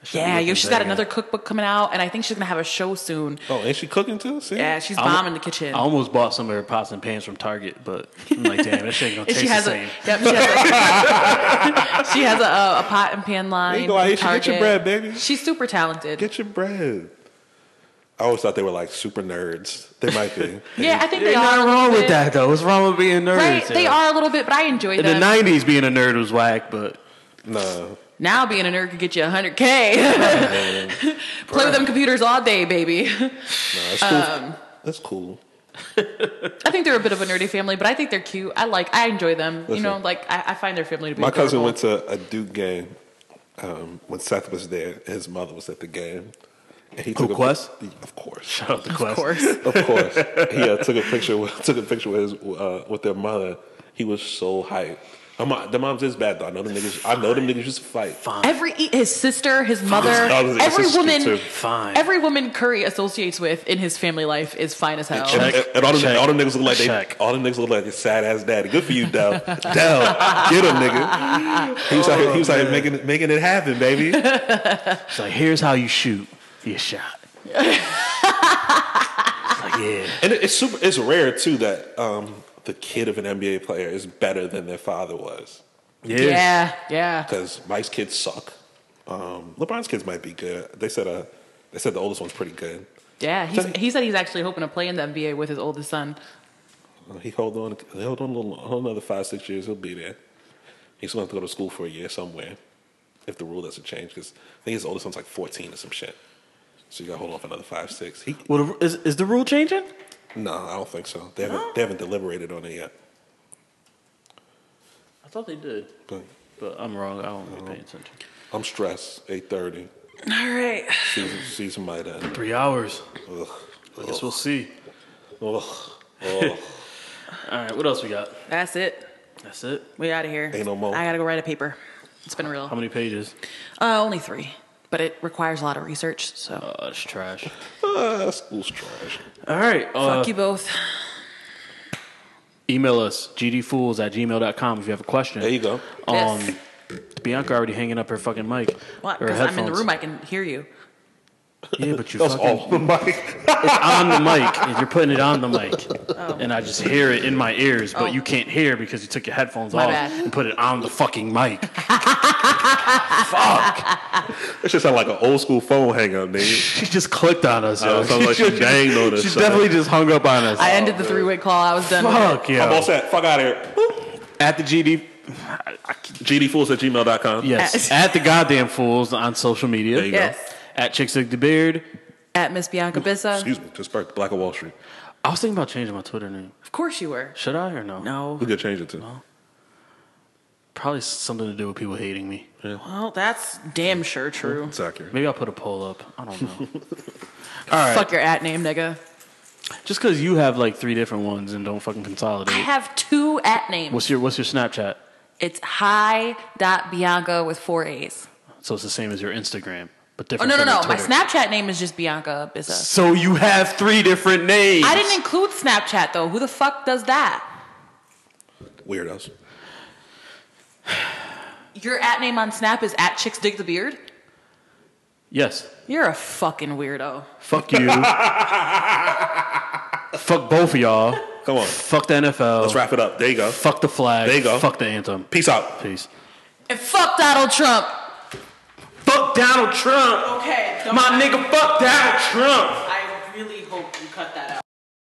S1: That shit
S2: Yeah, yo,
S1: looking
S2: she's got
S1: bad.
S2: another cookbook coming out, and I think she's gonna have a show soon.
S3: Oh, ain't she cooking too? See?
S2: Yeah, she's
S1: I al-
S2: bombing the kitchen.
S1: I almost bought some of her pots and pans from Target, but I'm like, damn, that shit ain't gonna
S2: And
S1: taste
S2: she has
S1: the
S2: a
S1: same.
S2: yep, she has a, she has a, a, a pot and pan line.
S3: go,
S2: from
S3: Aisha, get your
S2: Target.
S3: bread, baby.
S2: She's super talented.
S3: Get your bread. I always thought they were like super nerds. They might be.
S2: yeah, I think they
S1: Ain't
S2: are. a
S1: nothing
S2: little
S1: wrong
S2: bit.
S1: with that though. What's wrong with being nerds?
S2: Right, they
S1: yo?
S2: are a little bit, but I enjoy
S1: In the
S2: them.
S1: '90s, being a nerd was whack, but
S3: no.
S2: now being a nerd could get you 100k. Play with them computers all day, baby.
S3: No, that's cool. that's cool.
S2: I think they're a bit of a nerdy family, but I think they're cute. I like, I enjoy them. you
S3: Listen.
S2: know, like I, I find their family to be.
S3: My cousin
S2: adorable.
S3: went to a Duke game um, when Seth was there. His mother was at the game. And he took a-
S1: Quest?
S3: Of course.
S1: of
S2: Of course.
S3: Of course. he uh, took a picture with, took a picture with his uh, with their mother. He was so hyped. I'm not- the moms is bad though. I know them niggas I know them niggas used to fight.
S2: Every e, his sister, his mother,
S3: I was like,
S2: every
S3: this is
S2: woman,
S3: stupid.
S1: Fine.
S2: every woman Curry associates with in his family life is fine as hell.
S1: check-
S3: And, and all, them,
S1: check,
S3: all them niggas look like
S1: check.
S3: they all them niggas look like they sad ass daddy. Good for you, Dell. Dell, get him, nigga. He was out here, he was out
S1: Oh,
S3: here making it- making it happen, baby.
S1: It's like, here's how you shoot. You shot. it's like, yeah.
S3: And it- it's super. It's rare too that um, the kid of an NBA player is better than their father was
S2: Yeah, yeah.
S3: because Mike's kids suck. Um, LeBron's kids might be good. They said uh, they said the oldest one's pretty good.
S2: Yeah, he's,
S3: Tell-
S2: he said he's actually hoping to play in the NBA with his oldest son.
S3: Uh, He hold on. He hold on a little, hold another five six years. He'll be there. He's gonna have to go to school for a year somewhere if the rule doesn't change. Because I think his oldest one's like fourteen or some shit. So you gotta hold off another five six. He
S1: Well, the- is, is the rule changing?
S3: no, I don't think so. They haven't they haven't deliberated on it yet.
S1: I thought they did,
S3: But
S1: but I'm wrong. I don't be paying attention.
S3: I'm stressed. Eight thirty.
S2: All right.
S3: Season season might end.
S1: Three hours.
S3: Ugh.
S1: I guess we'll see.
S3: Ugh. Ugh.
S1: All right, what else we got?
S2: That's it.
S1: That's it.
S2: We out of here.
S3: Ain't no more.
S2: I gotta go write a paper. It's been real.
S1: How many pages?
S2: Uh, only three, but it requires a lot of research. So
S1: Oh, that's trash.
S3: Ah, school's trash.
S1: All right. Uh,
S2: fuck you both.
S1: email us, gdfools at gmail.com if you have a question.
S3: There you go.
S1: Um,
S2: Yes.
S1: Bianca already hanging up her fucking mic.
S2: What?
S1: Or
S2: Because I'm in the
S1: headphones.
S2: room. I can hear you.
S1: Yeah, but you
S3: That's
S1: fucking
S3: off the mic.
S1: on the mic. and You're putting it on the mic, and I just hear it in my ears, but
S2: Oh.
S1: you can't hear because you took your headphones
S2: My
S1: off
S2: bad.
S1: and put it on the fucking mic.
S3: That shit sound like an old school phone hang up, nigga.
S1: she just clicked on us. Yo.
S3: Oh, it sounds like she banged on us,
S1: She
S3: son.
S1: definitely just hung up on us.
S2: I ended the three way call. I was done. with it.
S1: Fuck yeah.
S3: I'm all set. Fuck out of here.
S1: At the GD,
S3: GDFools at gmail.com.
S1: yes,
S2: At-
S1: at the goddamn fools on social media.
S3: There you
S2: Yes.
S1: At Chick Sick the Beard.
S2: At Miss Bianca Bissa.
S3: Excuse me. Just sparked Black of Wall Street.
S1: I was thinking about changing my Twitter name.
S2: Of course you were.
S1: Should I or no?
S2: No.
S3: Who could change it to?
S1: Probably something to do with people hating me.
S2: Well, that's damn sure true.
S3: It's accurate.
S1: Maybe I'll put a poll up. I don't know. All right.
S2: Fuck your at name, nigga.
S1: Just because you have like three different ones and don't fucking
S2: I
S1: consolidate.
S2: have two at names.
S1: What's your What's your Snapchat?
S2: It's hi dot Bianca with four A's.
S1: So it's the same as your Instagram, but
S2: Oh
S1: different.
S2: no no
S1: from your
S2: no! My
S1: Twitter.
S2: Snapchat name is just Bianca Bissa.
S1: So you have three different names.
S2: I didn't include Snapchat though. Who the fuck does that?
S3: Weirdos.
S2: Your at name on Snap is at Chicks Dig the Beard?
S1: Yes.
S2: You're a fucking weirdo.
S1: Fuck you. Fuck both of y'all.
S3: Come on.
S1: Fuck the NFL.
S3: Let's wrap it up. There you go.
S1: Fuck the flag.
S3: There you go.
S1: Fuck the anthem.
S3: Peace out.
S1: Peace.
S2: And fuck Donald Trump.
S1: Fuck Donald Trump.
S2: Okay.
S1: My nigga, fuck Donald Trump.